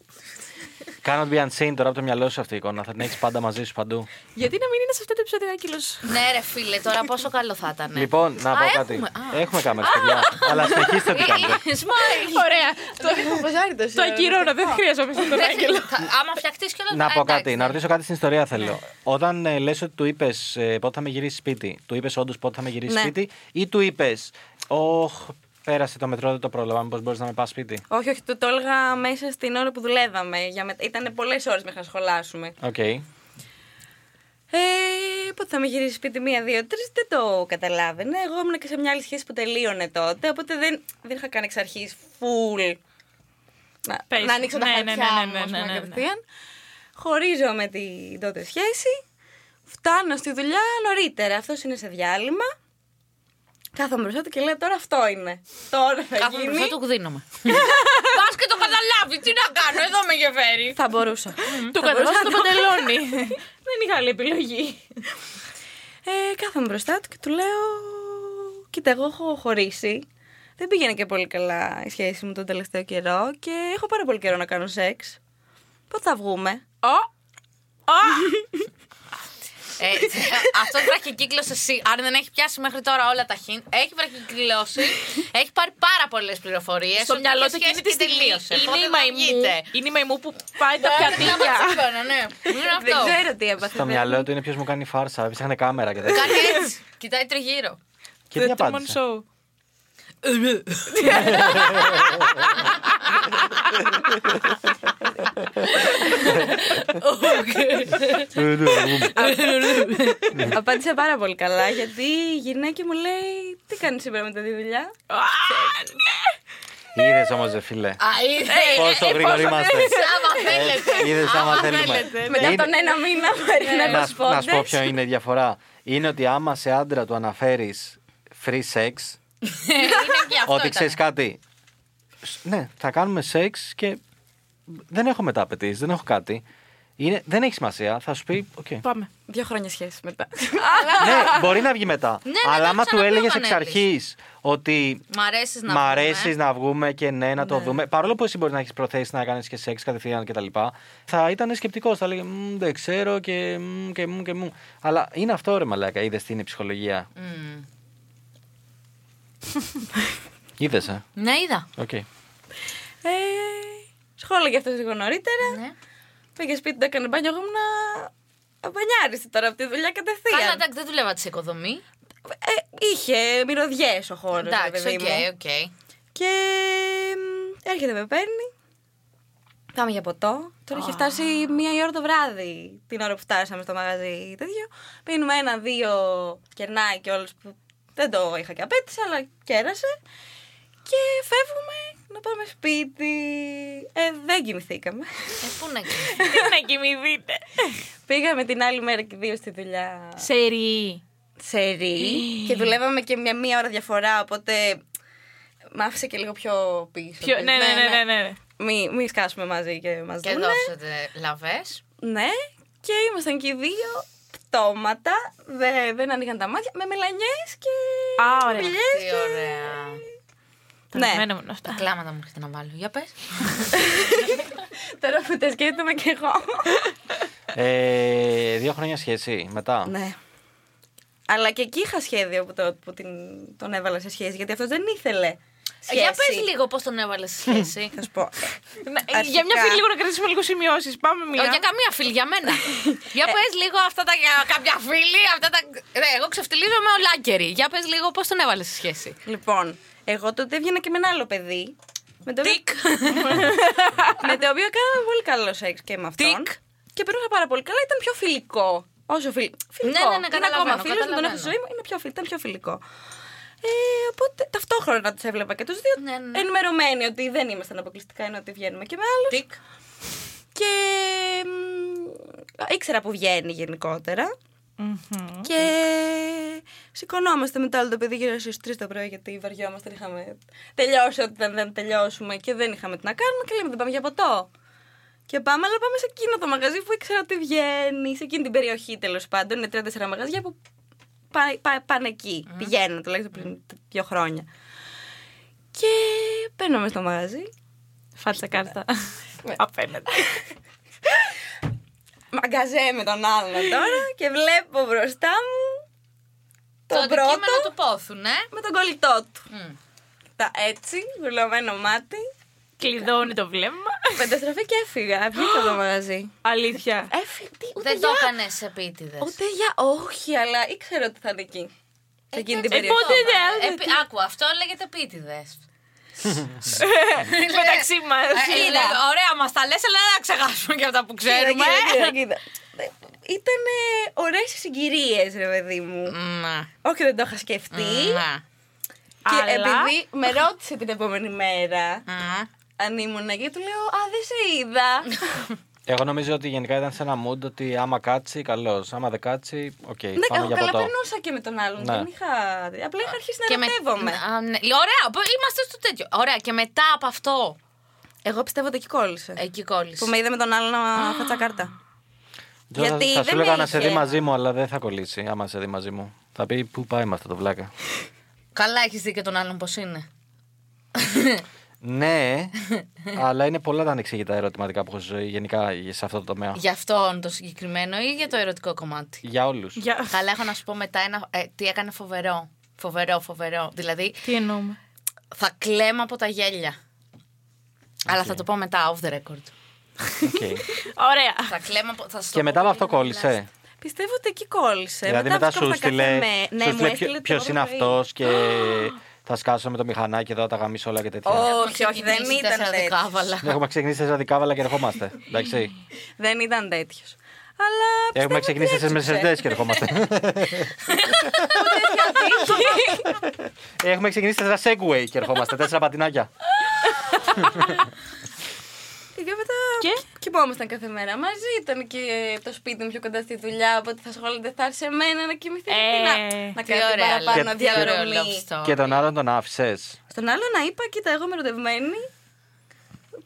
Speaker 5: Κάνω to be unseen τώρα από το μυαλό σου αυτή η εικόνα. Θα την έχεις πάντα μαζί σου παντού.
Speaker 4: Γιατί να μην είναι σε αυτό το επεισόδιο άκυλο.
Speaker 3: Ναι, ρε φίλε, τώρα πόσο καλό θα ήταν.
Speaker 5: Λοιπόν, να πω
Speaker 3: Ναι. Α,
Speaker 5: κάτι.
Speaker 3: έχουμε. Α.
Speaker 5: Έχουμε κάμερες, παιδιά. Αλλά συνεχίστε τι κάνετε.
Speaker 3: Smile.
Speaker 4: Ωραία.
Speaker 6: Παζάρι
Speaker 4: Το ακυρώνω, δεν χρειαζόμαστε τον
Speaker 3: Δεν
Speaker 4: Άγγελο.
Speaker 3: θέλω- θα- Άμα φτιαχτείς κιόλα.
Speaker 5: Να πω
Speaker 3: ναι.
Speaker 5: κάτι, να ρωτήσω κάτι στην ιστορία θέλω. Όταν ε, λες ότι του είπες πότε θα με γυρίσεις σπίτι, του είπες όντως πότε θα με γυρίσεις
Speaker 6: Ναι.
Speaker 5: σπίτι, ή του είπες Ωχ, πέρασε το μετρό, δεν το πρόλαβα. Μήπως μπορείς να με πας σπίτι.
Speaker 6: Όχι, όχι, το, το έλεγα μέσα στην ώρα που δουλεύαμε. Για με... Ήταν πολλές ώρες μέχρι να σχολάσουμε.
Speaker 5: Οκ.
Speaker 6: Ε, πότε θα με γυρίσει σπίτι, μία, δύο, τρεις, δεν το καταλάβαινε. Εγώ ήμουν και σε μια άλλη σχέση που τελείωνε τότε, οπότε δεν, δεν είχα κάνει εξ αρχής full. Να,
Speaker 4: Πες.
Speaker 6: να ανοίξω τα
Speaker 4: Ναι, ναι,
Speaker 6: χαρτιά
Speaker 4: ναι, ναι,
Speaker 6: μου,
Speaker 4: ναι,
Speaker 6: ας πούμε,
Speaker 4: ναι, ναι, ναι.
Speaker 6: κατευθείαν. Χωρίζω με την τότε σχέση. Φτάνω στη δουλειά νωρίτερα. Αυτός είναι σε διάλειμμα. Κάθομαι μπροστά του και λέω τώρα αυτό είναι. Τώρα θα
Speaker 3: Κάθε
Speaker 6: γίνει.
Speaker 3: μπροστά του κδίνομαι. Πας και το καταλάβεις, τι να κάνω, εδώ με γεφέρει.
Speaker 6: Θα μπορούσα.
Speaker 4: Του κατεβάσα το παντελόνι. Δεν είχα άλλη επιλογή.
Speaker 6: Ε, κάθομαι μπροστά του και του λέω. Κοίτα, εγώ έχω χωρίσει. Δεν πήγαινε και πολύ καλά η σχέση μου τον τελευταίο καιρό και έχω πάρα πολύ καιρό να κάνω σεξ. Πότε θα βγούμε.
Speaker 4: Ω!
Speaker 3: Ε, αυτό βραχικύκλωσε εσύ, αν δεν έχει πιάσει μέχρι τώρα όλα τα χιν, έχει βραχικύκλωσει, έχει πάρει πάρα πολλές πληροφορίες.
Speaker 4: Στο μυαλό του εκείνη τη στιγμή. Είναι η μαϊμού. Είναι η μαϊμού που πάει τα πιατήρια.
Speaker 3: ναι. Είναι
Speaker 6: Δεν
Speaker 3: αυτό.
Speaker 6: ξέρω τι έπαθε.
Speaker 5: Στο μυαλό του είναι ποιος μου κάνει φάρσα, ψάχνει κάμερα και τέτοια.
Speaker 3: Κάνει έτσι. Κοιτάει τριγύρω.
Speaker 5: και τι
Speaker 4: The Truman
Speaker 5: απάντησε.
Speaker 4: Show.
Speaker 5: ναι.
Speaker 6: Απάντησε πάρα πολύ καλά γιατί η γυναίκα μου λέει Τι κάνεις σήμερα μετά τη δουλειά.
Speaker 5: Είδες όμως, ρε φίλε.
Speaker 3: Α, ε, είδε.
Speaker 5: Πόσο γρήγοροι είμαστε.
Speaker 3: ε, Άμα θέλετε.
Speaker 5: Είδες άμα θέλουμε.
Speaker 6: ναι. Μετά
Speaker 5: Είναι-
Speaker 6: τον ένα μήνα παίρνει
Speaker 5: Να
Speaker 6: ένα
Speaker 5: σ- Να σου πω
Speaker 6: πόντες.
Speaker 5: ποιο είναι η διαφορά. Είναι ότι άμα σε άντρα του αναφέρεις free sex,
Speaker 3: ε, Είναι και αυτό.
Speaker 5: Ότι ξέρεις
Speaker 3: ήταν.
Speaker 5: κάτι. σ- Ναι, θα κάνουμε σεξ και δεν έχω μετά απαιτήσεις, δεν έχω κάτι. Είναι, δεν έχει σημασία, θα σου πει. Okay.
Speaker 4: Πάμε.
Speaker 6: Δύο χρόνια σχέση μετά.
Speaker 5: ναι, μπορεί να βγει μετά.
Speaker 3: Ναι, ναι,
Speaker 5: αλλά
Speaker 3: το
Speaker 5: άμα του
Speaker 3: ξαναπέγανε,
Speaker 5: έλεγε εξ
Speaker 3: Έλλης.
Speaker 5: αρχής ότι
Speaker 3: Μ' αρέσεις να
Speaker 5: μ'
Speaker 3: πούμε.
Speaker 5: αρέσεις να βγούμε και ναι, να το δούμε. Παρόλο που εσύ μπορεί να έχεις προθέσεις να κάνεις και σεξ κατευθείαν κτλ. Θα ήταν σκεπτικός. Θα έλεγε «Μμ, Δεν ξέρω και μμ, και μου και μου. Αλλά είναι αυτό ρε μαλάκα. Είδες τι είναι η ψυχολογία.
Speaker 3: Μμμ.
Speaker 5: Είδες, ε.
Speaker 3: Ναι, είδα.
Speaker 5: Οκ.
Speaker 6: Ε, σχόλα και αυτό λίγο νωρίτερα.
Speaker 3: Ναι.
Speaker 6: Πήγε σπίτι, το έκανε μπάνιο. Εγώ ήμουν μπανιάριστη τώρα από τη δουλειά κατευθείαν.
Speaker 3: Καλά, εντάξει, δεν δουλεύατε σε οικοδομή.
Speaker 6: Ε, είχε μυρωδιές ο χώρος.
Speaker 3: Εντάξει, οκ, Ε, οκ.
Speaker 6: Και μ, έρχεται με παίρνει. Πάμε για ποτό. Τώρα είχε φτάσει μία η ώρα το βράδυ την ώρα που φτάσαμε στο μαγαζί τέτοιο. Πίνουμε ένα-δύο κερνάει και όλους που δεν το είχα και απέτηση, αλλά κέρασε. Και φεύγουμε να πάμε σπίτι. Ε, δεν κοιμηθήκαμε.
Speaker 3: Ε, πού να γίνει.
Speaker 4: Τι να κοιμηθείτε.
Speaker 6: Πήγαμε την άλλη μέρα και δύο στη δουλειά.
Speaker 4: Σερί.
Speaker 6: σε ρί και δουλεύαμε και μια μία ώρα διαφορά, οπότε μ' άφησε και λίγο πιο πίσω.
Speaker 4: Ποιο- Ναι, ναι, ναι, ναι, ναι.
Speaker 6: Μη, μη σκάσουμε μαζί και μας
Speaker 3: Και
Speaker 6: δούνε.
Speaker 3: δώσετε λαβές.
Speaker 6: Ναι, και ήμασταν και οι δύο πτώματα, δε, δεν ανοίγαν τα μάτια, με μελανιές και
Speaker 4: Α, ωραία.
Speaker 6: μιλιές
Speaker 3: Τι ωραία.
Speaker 4: Τα
Speaker 6: Ναι.
Speaker 4: αγαπημένα μου είναι αυτά.
Speaker 3: Τα κλάματα μου έρχεται να βάλω. Για πες.
Speaker 6: Τώρα που τα σκέφτομαι και εγώ.
Speaker 5: Ε, δύο χρόνια σχέση μετά.
Speaker 6: ναι. Αλλά και εκεί είχα σχέδιο που, το, που την, τον έβαλα σε σχέση, γιατί αυτός δεν ήθελε σχέση.
Speaker 3: Για πες λίγο πώς τον έβαλες στη σχέση.
Speaker 6: Θα σου πω.
Speaker 4: Να-
Speaker 6: Αρχικά.
Speaker 4: Ναι, Ε, Για μια φίλη λίγο να κρατήσουμε λίγο σημειώσεις. Πάμε
Speaker 3: Όχι για
Speaker 4: μια.
Speaker 3: καμία φίλη, για μένα. για πες λίγο αυτά τα για κάποια φίλη. Αυτά τα... Ρε, εγώ ξεφτυλίζομαι ολάκερη. Για πες λίγο πώς τον έβαλες στη σχέση.
Speaker 6: Λοιπόν, εγώ τότε έβγαινα και με ένα άλλο παιδί. Με το, με το οποίο κάναμε πολύ καλό σεξ και με αυτόν.
Speaker 3: Τικ.
Speaker 6: Και περνούσα πάρα πολύ καλά. Ήταν πιο φιλικό. Όσο φιλ... φιλικό.
Speaker 3: ναι, ναι,
Speaker 6: είναι
Speaker 3: καταλαβαίνω,
Speaker 6: ακόμα φίλο, δεν τον έχω
Speaker 3: καταλαβαίνω.
Speaker 6: στη ζωή μου. Είναι πιο φιλ... Ήταν πιο φιλικό. Ε, οπότε ταυτόχρονα τους έβλεπα και τους δύο.
Speaker 3: Ναι, ναι.
Speaker 6: Ενημερωμένοι ότι δεν ήμασταν αποκλειστικά, ενώ ότι βγαίνουμε και με άλλους.
Speaker 3: Τικ.
Speaker 6: Και μ, ήξερα που βγαίνει γενικότερα. Και σηκωνόμαστε μετά όλο το παιδί γύρω στις 3 το πρωί γιατί βαριόμαστε. Είχαμε τελειώσει ό,τι δεν, δεν τελειώσουμε και δεν είχαμε τι να κάνουμε. Και λέμε: Δεν πάμε για ποτό. Και πάμε, αλλά πάμε σε εκείνο το μαγαζί που ήξερα ότι βγαίνει, σε εκείνη την περιοχή τέλος πάντων. Είναι τρία-τέσσερα μαγαζιά που πάνε, πά- πάνε εκεί. Πηγαίνουν τουλάχιστον πριν δύο χρόνια. Και παίρνουμε στο μαγαζί.
Speaker 4: Φάτσα κάρτα. Ναι. Απέναντι.
Speaker 6: Μαγκαζέ με τον άλλον τώρα και βλέπω μπροστά μου
Speaker 3: Το
Speaker 6: τον πρώτο
Speaker 3: αντικείμενο του πόθου, ναι.
Speaker 6: με τον κολλητό του.
Speaker 3: Μμ.
Speaker 6: Τα έτσι, δουλευμένο μάτι.
Speaker 4: Κλειδώνει το βλέμμα.
Speaker 6: Πενταστραφή και έφυγα. Βγήκα από το μαγαζί.
Speaker 4: Αλήθεια.
Speaker 6: Έφυγα. τι, Ούτε
Speaker 3: Δεν το
Speaker 6: για.
Speaker 3: έκανε επίτηδες.
Speaker 6: Ούτε για. Όχι, αλλά ήξερα ότι θα είναι εκεί. Σε εκείνη την
Speaker 4: ε,
Speaker 6: περιοχή.
Speaker 4: πότε δεν-
Speaker 3: Άκου, αυτό λέγεται επίτηδες.
Speaker 4: Μεταξύ μας.
Speaker 3: Ε, Ωραία, μας τα λες, αλλά δεν θα ξεχάσουμε και αυτά που ξέρουμε.
Speaker 6: Ήταν ωραίε Ε, οι συγκυρίες, ρε παιδί μου.
Speaker 3: Μα.
Speaker 6: Όχι, δεν το είχα σκεφτεί.
Speaker 3: Μα.
Speaker 6: Και
Speaker 4: Αλλά-
Speaker 6: επειδή με ρώτησε την επόμενη μέρα
Speaker 3: Μα.
Speaker 6: αν ήμουν εκεί, του λέω Α, δεν σε είδα.
Speaker 5: Εγώ νομίζω ότι γενικά ήταν σε ένα mood ότι άμα κάτσει, καλώς. Άμα δεν κάτσει, οκ.
Speaker 6: Ναι,
Speaker 5: πάμε
Speaker 6: εγώ
Speaker 5: για
Speaker 6: καλά
Speaker 5: ποτό.
Speaker 6: περνούσα και με τον άλλον.
Speaker 5: Ναι.
Speaker 6: Δεν είχα. Απλά είχα αρχίσει να ερωτεύομαι.
Speaker 3: Α, ναι. Ωραία, πο- είμαστε στο τέτοιο. Ωραία, και μετά από αυτό.
Speaker 6: Εγώ πιστεύω ότι εκεί κόλλησε.
Speaker 3: Εκεί κόλλησε.
Speaker 6: Που με είδε με τον άλλο να φάτσα κάρτα.
Speaker 5: Τζο, θα-
Speaker 6: γιατί
Speaker 5: θα
Speaker 6: δεν
Speaker 5: σου
Speaker 6: με
Speaker 5: λέγα να σε
Speaker 6: είχε.
Speaker 5: δει μαζί μου, αλλά δεν θα κολλήσει άμα σε δει μαζί μου. Θα πει πού πάει με αυτό το βλάκα.
Speaker 3: Καλά, έχεις δει και τον άλλον πώς είναι.
Speaker 5: ναι, αλλά είναι πολλά τα ανεξήγητα ερωτηματικά που έχω στη ζωή γενικά σε αυτό το τομέα.
Speaker 3: Γι' αυτόν το συγκεκριμένο ή για το ερωτικό κομμάτι.
Speaker 5: Για όλους.
Speaker 4: Για-
Speaker 3: Καλά, έχω να σου πω μετά ένα, ε, τι έκανε φοβερό. Φοβερό, φοβερό. Δηλαδή,
Speaker 4: Τι εννοούμε.
Speaker 3: θα κλαίμα από τα γέλια. Αλλά θα το πω μετά, off the record.
Speaker 4: Ωραία.
Speaker 3: θα κλαίμα από. Θα σου το
Speaker 5: Και
Speaker 3: πω
Speaker 5: μετά από αυτό
Speaker 3: πριν να μιλάς.
Speaker 5: κόλλησε.
Speaker 6: Πιστεύω ότι εκεί κόλλησε.
Speaker 5: Δηλαδή μετά σου
Speaker 6: βρισκόμουν
Speaker 5: στείλε,
Speaker 6: στα καφέ με- Ναι,
Speaker 5: σου
Speaker 6: μου
Speaker 5: στείλε
Speaker 6: έστειλε το
Speaker 5: ποιος
Speaker 6: πρώτο
Speaker 5: είναι
Speaker 6: πρωί.
Speaker 5: αυτός και θα σκάσω με το μηχανάκι εδώ, τα γαμίσω όλα και τέτοια. Ναι,
Speaker 6: Όχι, όχι, δεν
Speaker 3: Ξεκινήσει
Speaker 6: ήταν
Speaker 3: τέσσερα
Speaker 6: τέτοιος.
Speaker 3: δεκάβαλα.
Speaker 5: Έχουμε ξεκινήσει σε δικάβαλα και ερχόμαστε. Εντάξει.
Speaker 6: Δεν ήταν τέτοιος. Αλλά. πιστεύω
Speaker 5: Έχουμε
Speaker 6: ότι
Speaker 5: ξεκινήσει σε
Speaker 6: έψαξε.
Speaker 5: Mercedes και ερχόμαστε. Έχουμε ξεκινήσει σε Segway και ερχόμαστε. Τέσσερα πατινάκια.
Speaker 6: Και μετά
Speaker 4: Και?
Speaker 6: κοιμόμασταν κάθε μέρα μαζί. Ήταν και το σπίτι μου πιο κοντά στη δουλειά. Οπότε θα ασχολείται, θα έρθει σε μένα να κοιμηθεί.
Speaker 4: Ε,
Speaker 6: γιατί να,
Speaker 3: Τι
Speaker 6: να κάνει την
Speaker 3: ωραία,
Speaker 6: παραπάνω
Speaker 3: λέει, τι ωραίο
Speaker 6: διαδρομή.
Speaker 3: love story.
Speaker 5: Και τον άλλον τον άφησες.
Speaker 6: Στον άλλο να είπα, κοίτα, εγώ είμαι ερωτευμένη.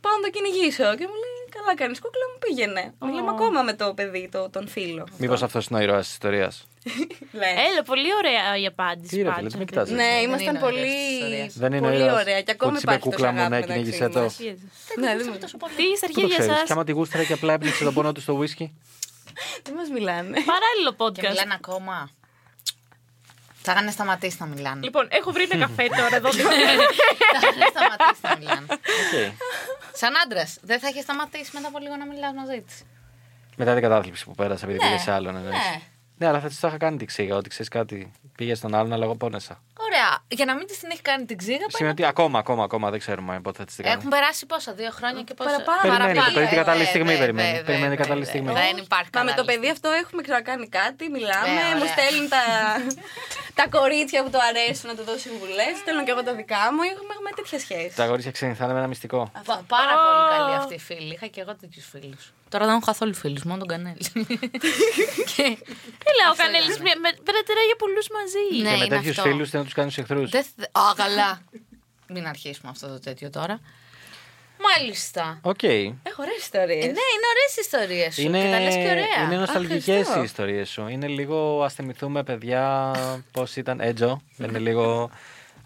Speaker 6: Πάω να το κυνηγήσω. Και μου λέει, καλά κάνεις κούκλα μου, πήγαινε. Μιλάμε ακόμα με το παιδί, το, τον φίλο.
Speaker 5: Μήπως αυτό είναι ο ήρωας της ιστορίας.
Speaker 6: Λέει.
Speaker 4: Έλα, πολύ ωραία η απάντηση.
Speaker 5: Τι ρε,
Speaker 4: πάντως,
Speaker 5: φίλε, τι με
Speaker 4: ρε
Speaker 5: κοιτάζεις.
Speaker 4: παιδί.
Speaker 6: Ναι,
Speaker 3: Δεν
Speaker 6: ήμασταν
Speaker 3: είναι
Speaker 6: πολύ,
Speaker 3: ωραίες
Speaker 5: Δεν είναι ο
Speaker 6: πολύ
Speaker 5: ήρωας
Speaker 6: ωραία και
Speaker 5: που
Speaker 6: ακόμη
Speaker 5: της είπε
Speaker 6: υπάρχει
Speaker 5: κούκλα μου, ναι, κυνήγησέ το.
Speaker 4: Jesus.
Speaker 6: Ναι, δεν,
Speaker 4: Τι στα
Speaker 5: Πού το ξέρει.
Speaker 4: αρχαία για
Speaker 5: Και άμα
Speaker 4: σας.
Speaker 5: τη γούστερα και απλά έπνιξε τον πόνο του στο whisky.
Speaker 6: δεν μας μιλάνε.
Speaker 4: Παράλληλο
Speaker 3: Και
Speaker 4: podcast.
Speaker 3: μιλάνε ακόμα. Θα είχαν σταματήσει να μιλάνε.
Speaker 4: Λοιπόν, έχω βρει ένα καφέ τώρα εδώ.
Speaker 6: Λοιπόν.
Speaker 3: θα είχαν σταματήσει να μιλάνε.
Speaker 5: Οκ.
Speaker 3: Σαν άντρας, δεν θα είχε σταματήσει μετά από λίγο να μιλάς μαζί της.
Speaker 5: Μετά την κατάθλιψη που πέρασε επειδή
Speaker 3: Ναι,
Speaker 5: πήγε σε άλλον. εννοείς.
Speaker 3: ναι.
Speaker 5: Ναι, αλλά θα τη το είχα κάνει την ξύγα. Ότι ξέρεις κάτι. Πήγε στον άλλον, αλλά εγώ πόνεσα.
Speaker 3: Ωραία. Για να μην της την έχει κάνει την ξύγα, πάει
Speaker 5: Σημαίνει ότι ακόμα, ακόμα, ακόμα δεν ξέρουμε πότε θα τη την
Speaker 3: να-
Speaker 5: κάνει.
Speaker 3: Έχουν περάσει πόσα, δύο χρόνια και πόσα.
Speaker 6: Παραπάνω.
Speaker 5: Περιμένει,
Speaker 3: Παραπάνω.
Speaker 5: το παιδί την κατάλληλη
Speaker 3: Ε,
Speaker 5: στιγμή
Speaker 3: ε,
Speaker 5: περιμένει.
Speaker 3: ε, ε,
Speaker 5: Περιμένει
Speaker 3: ε,
Speaker 5: την κατάλληλη
Speaker 3: ε,
Speaker 5: στιγμή.
Speaker 3: ε, Δεν υπάρχει
Speaker 6: Μα με το
Speaker 3: κατάλληλη.
Speaker 6: παιδί αυτό έχουμε ξανακάνει κάτι, μιλάμε,
Speaker 3: Ναι,
Speaker 6: μου
Speaker 3: ωραία.
Speaker 6: στέλνει τα, τα κορίτσια που το αρέσουν να του δώσουν συμβουλές. Στέλνω και εγώ τα δικά μου, έχουμε, έχουμε τέτοια σχέση.
Speaker 5: Τα αγόρια ξενιθάνε με ένα μυστικό.
Speaker 3: Πα- Πάρα πολύ καλή αυτή η φίλη. Είχα και εγώ τέτοιους φίλους. Τώρα δεν έχω καθόλου φίλους, μόνο τον Κανέλη. Και-
Speaker 4: Έλα, ο
Speaker 3: Αυτό
Speaker 4: Κανέλης
Speaker 3: ήταν.
Speaker 4: με- με- περατερά για πολλούς μαζί.
Speaker 3: Ναι,
Speaker 5: Και με
Speaker 3: είναι
Speaker 5: τέτοιους
Speaker 3: αυτό.
Speaker 5: φίλους δεν τους κάνεις εχθρούς.
Speaker 3: Δεν θε- Α, καλά. Μην αρχίσουμε αυτό το τέτοιο τώρα. Μάλιστα.
Speaker 5: Οκ.
Speaker 6: Έχω ωραίες ιστορίες.
Speaker 3: Ε, ναι, είναι ωραίες ιστορίες σου.
Speaker 5: Είναι,
Speaker 3: Και τα λες και ωραία.
Speaker 5: είναι νοσταλγικέ οι
Speaker 6: ευχαριστώ.
Speaker 5: ιστορίες σου. Είναι λίγο ας θυμηθούμε, παιδιά, πώς ήταν. Έτζο. Είναι λίγο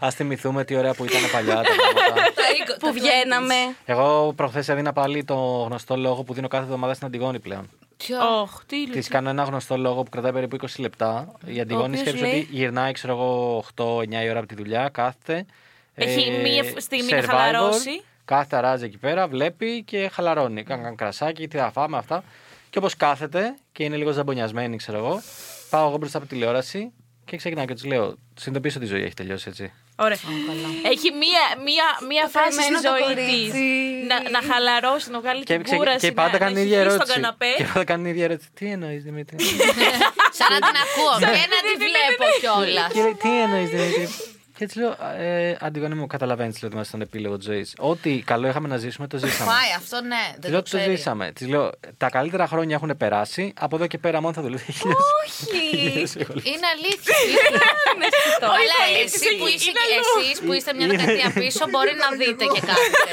Speaker 5: ας θυμηθούμε τι ωραία που ήταν παλιά. τα πράγματα.
Speaker 3: Τα οίκο- τα
Speaker 6: Που
Speaker 3: Ναι,
Speaker 6: βγαίναμε.
Speaker 5: Εγώ προχθές έδινα πάλι το γνωστό λόγο που δίνω κάθε εβδομάδα στην Αντιγόνη πλέον.
Speaker 3: Ποιο?
Speaker 4: Ωχ, τι
Speaker 5: Της
Speaker 4: ηλικία.
Speaker 5: κάνω ένα γνωστό λόγο που κρατάει περίπου 20 λεπτά. Η Αντιγόνη
Speaker 6: οποίος
Speaker 5: σκέψει
Speaker 6: λέει-
Speaker 5: ότι γυρνάει, ξέρω εγώ, 8-9 η ώρα από τη δουλειά, κάθεται. ε,
Speaker 4: Έχει μία φ- στιγμή να
Speaker 5: Survivor,
Speaker 4: χαλαρώσει.
Speaker 5: Κάθεται, αράζει εκεί πέρα, βλέπει και χαλαρώνει. Κάνει ένα κρασάκι, τι θα φάμε, αυτά. Και όπως κάθεται και είναι λίγο ζαμπονιασμένη, ξέρω εγώ, πάω εγώ μπροστά από τη τηλεόραση και ξεκινάω και της λέω: Συνειδητοποιήσω ότι η ζωή έχει τελειώσει έτσι.
Speaker 4: Ωραία. Έχει μία, μία, μία φάση στη
Speaker 6: τρελμένο το
Speaker 4: ζωή
Speaker 6: κορίτσι.
Speaker 4: της. Να, να χαλαρώσει, να βγάλει την
Speaker 5: ξε-
Speaker 4: κούραση. ναι,
Speaker 5: και πάντα
Speaker 4: να,
Speaker 5: κάνει
Speaker 4: να
Speaker 5: την ίδια
Speaker 4: ησυχεί
Speaker 5: ερώτηση.
Speaker 4: Στον καναπέ.
Speaker 5: Και πάντα κάνει την ίδια ερώτηση. Τι εννοείς, Δημήτρη.
Speaker 3: Σαν να την ακούω και να τη βλέπω κιόλας.
Speaker 5: Κύριε, δηλαδή, τι εννοείς, Δημήτρη. Και έτσι λέω, ε, Αντιγόνη μου, καταλαβαίνεις ότι είμαστε στον επίλογο της ζωής. Ό,τι καλό είχαμε να ζήσουμε, το ζήσαμε.
Speaker 3: Πάει, αυτό ναι.
Speaker 5: Τη
Speaker 3: Δεν
Speaker 5: λέω
Speaker 3: το
Speaker 5: ότι το
Speaker 3: ξέρει.
Speaker 5: ζήσαμε. Της λέω, τα καλύτερα χρόνια έχουν περάσει. Από εδώ και πέρα μόνο θα δουλεύει.
Speaker 6: Όχι.
Speaker 3: Είναι αλήθεια.
Speaker 4: Ναι,
Speaker 3: Αλλά εσύ που, είσαι, εσείς που είστε μια
Speaker 5: Είναι-
Speaker 3: δεκαετία πίσω μπορεί να δείτε και κάνετε.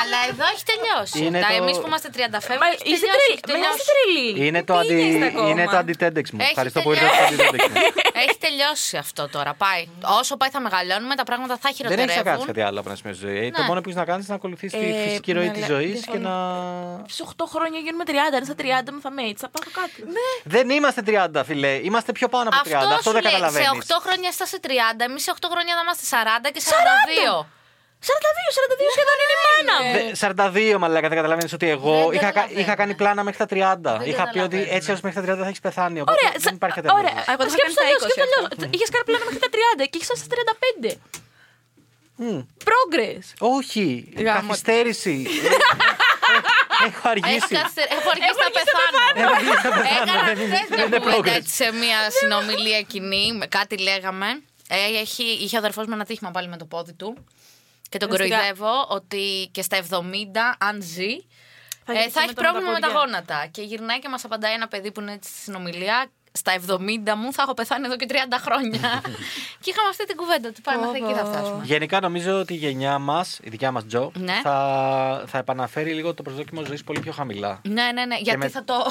Speaker 3: Αλλά εδώ έχει τελειώσει.
Speaker 5: Είναι
Speaker 3: Τα
Speaker 5: το-
Speaker 3: εμείς που είμαστε 30
Speaker 4: Μα
Speaker 3: φεύγει.
Speaker 4: είστε τρελή. Μα είστε τρελή.
Speaker 5: Είναι το, αντι...
Speaker 6: είναι ακόμα.
Speaker 5: είναι το αντιτέντεξ μου.
Speaker 3: Έχει
Speaker 5: Ευχαριστώ που ήρθε το
Speaker 3: τελειώσει.
Speaker 5: αντιτέντεξ μου.
Speaker 3: Έχει τελειώσει αυτό τώρα. Πάει. Όσο πάει θα μεγαλώνουμε, τα πράγματα θα
Speaker 5: Δεν έχεις να κάνεις
Speaker 3: χειροτερεύουν.
Speaker 5: κάτι άλλο από ένα σημείο στη ζωή. Το
Speaker 3: Ναι.
Speaker 5: μόνο που έχεις να κάνεις είναι να ακολουθείς τη
Speaker 4: Ε,
Speaker 5: φυσική ροή
Speaker 4: ναι,
Speaker 5: τη
Speaker 4: αλλά
Speaker 5: ζωή και
Speaker 4: διαφωνώ.
Speaker 5: να.
Speaker 4: Σε 8 χρόνια γίνουμε 30, είναι στα 30 μου θα με έτσι, θα πάθω κάτι.
Speaker 6: Ναι.
Speaker 5: Δεν είμαστε 30, φιλέ. Είμαστε πιο πάνω από 30.
Speaker 3: Αυτό,
Speaker 5: Αυτό,
Speaker 3: σου
Speaker 5: δεν
Speaker 3: λέει,
Speaker 5: καταλαβαίνει.
Speaker 3: Σε 8 χρόνια στα σε 30, εμείς σε 8 χρόνια θα είμαστε 40 και 42.
Speaker 4: 42, 42 σχεδόν είναι η μάνα μου.
Speaker 5: 42, μαλάκα, δεν καταλαβαίνεις ότι εγώ
Speaker 3: Ε, Δεν
Speaker 5: είχα, κα-
Speaker 3: καταλαβαίνω.
Speaker 5: είχα κάνει πλάνα μέχρι τα 30. είχα πει ότι
Speaker 3: καταλαβαίνω.
Speaker 5: έτσι ω μέχρι τα 30 θα έχεις πεθάνει. Οπότε
Speaker 4: Ωραία,
Speaker 5: δεν
Speaker 4: σα-
Speaker 5: υπάρχει κάτι
Speaker 4: ωραία.
Speaker 6: Εγώ θα
Speaker 4: Σκέψου
Speaker 6: κάνω
Speaker 4: το
Speaker 6: στα
Speaker 4: αλλιώς,
Speaker 6: 20
Speaker 4: σκέψου το αλλιώς. Είχες κάνει πλάνα μέχρι τα 30 και ήσασταν στα 35. Progress.
Speaker 5: Όχι,
Speaker 6: Γάμο.
Speaker 5: καθυστέρηση. Έχω
Speaker 3: Έχω
Speaker 5: αργήσει.
Speaker 3: καθυστερ- έχω αργήσει να πεθάνω.
Speaker 5: Έχω αργήσει να πεθάνω.
Speaker 3: Έκανα
Speaker 5: Δεν-
Speaker 3: χθες
Speaker 5: δεν
Speaker 3: μια
Speaker 5: είναι
Speaker 3: κουβέντα
Speaker 5: progress.
Speaker 3: έτσι σε μια συνομιλία κοινή. με Κάτι λέγαμε. Ε, έχει- Είχε ο αδερφός μου ένα τύχημα πάλι με το πόδι του. Και τον
Speaker 4: Ουσιαστικά.
Speaker 3: κοροϊδεύω ότι και στα 70, αν ζει,
Speaker 4: Θα
Speaker 3: ε,
Speaker 4: έχει
Speaker 3: θα έχει
Speaker 4: σύμπτωμα
Speaker 3: πρόβλημα με τα
Speaker 4: πόδια.
Speaker 3: γόνατα. Και γυρνάει και μας απαντάει ένα παιδί που είναι έτσι στη συνομιλία. Στα 70 μου θα έχω πεθάνει εδώ και 30 χρόνια. και είχαμε αυτή την κουβέντα ότι πάμε μέχρι εκεί θα φτάσουμε.
Speaker 5: Γενικά νομίζω ότι η γενιά μας, η δικιά μας Τζο,
Speaker 3: Ναι.
Speaker 5: θα, θα επαναφέρει λίγο το προσδόκιμο ζωής πολύ πιο χαμηλά.
Speaker 3: Ναι, ναι, ναι. Γιατί
Speaker 5: με-
Speaker 3: θα το.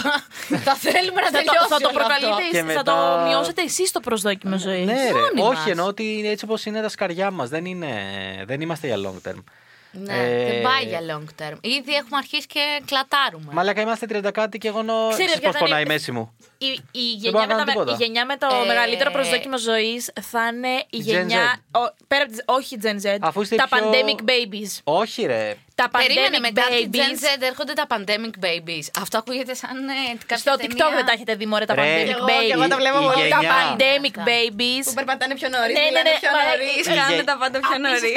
Speaker 3: θα θέλουμε να
Speaker 4: Θα το,
Speaker 3: τελειώσει.
Speaker 4: θα
Speaker 3: όλο
Speaker 4: το
Speaker 3: αυτό.
Speaker 4: προκαλείτε, εσείς,
Speaker 5: Και
Speaker 4: θα
Speaker 5: μετά-
Speaker 4: το μειώσετε εσείς το προσδόκιμο ζωής.
Speaker 5: Ναι, ρε.
Speaker 3: μόνοι Ε, μας.
Speaker 5: Όχι, εννοώ ότι είναι έτσι όπως είναι τα σκαριά μας. Δεν, είναι, δεν είμαστε για long term.
Speaker 3: Ναι,
Speaker 5: Ε,
Speaker 3: δεν πάει για long term. Ήδη έχουμε αρχίσει και κλατάρουμε.
Speaker 5: Μαλάκα, είμαστε 30 κάτι και εγώ νο...
Speaker 4: Ξέρεις
Speaker 5: Ξέρεις
Speaker 4: ποια
Speaker 5: πώς
Speaker 4: θα
Speaker 5: πονάει η
Speaker 4: είναι-
Speaker 5: μέση μου.
Speaker 4: Η, η
Speaker 5: μπορώ
Speaker 4: γενιά,
Speaker 5: να
Speaker 4: με τα
Speaker 5: κάνω
Speaker 4: με, η
Speaker 5: τίποτα.
Speaker 4: γενιά με το
Speaker 3: Ε,
Speaker 4: μεγαλύτερο προσδόκιμο ζωής θα είναι η
Speaker 5: Gen
Speaker 4: γενιά. ο- πέρα από τις, όχι η Gen Z.
Speaker 5: Αφού είστε
Speaker 4: τα
Speaker 5: πιο-
Speaker 4: pandemic babies.
Speaker 5: Όχι, ρε.
Speaker 4: Τα
Speaker 3: Περίμενε
Speaker 4: pandemic
Speaker 3: μετά από την
Speaker 4: babies.
Speaker 3: Gen Z έρχονται τα pandemic babies. Αυτό ακούγεται σαν ε, κάποια
Speaker 4: Στο
Speaker 3: ταινία.
Speaker 4: TikTok δεν τα έχετε δει μωρέ τα
Speaker 5: Ρε,
Speaker 4: pandemic
Speaker 6: εγώ- και εγώ τα
Speaker 4: babies.
Speaker 6: βλέπω
Speaker 5: Η
Speaker 6: πολύ.
Speaker 5: γενιά-
Speaker 4: Τα pandemic babies.
Speaker 6: Που περπατάνε πιο νωρίς,
Speaker 4: Ναι, ναι,
Speaker 6: μιλάνε
Speaker 4: ναι,
Speaker 6: πιο
Speaker 4: μα-
Speaker 6: νωρίς,
Speaker 5: η
Speaker 6: κάνουν
Speaker 5: γεν-
Speaker 6: τα πάντα πιο νωρί.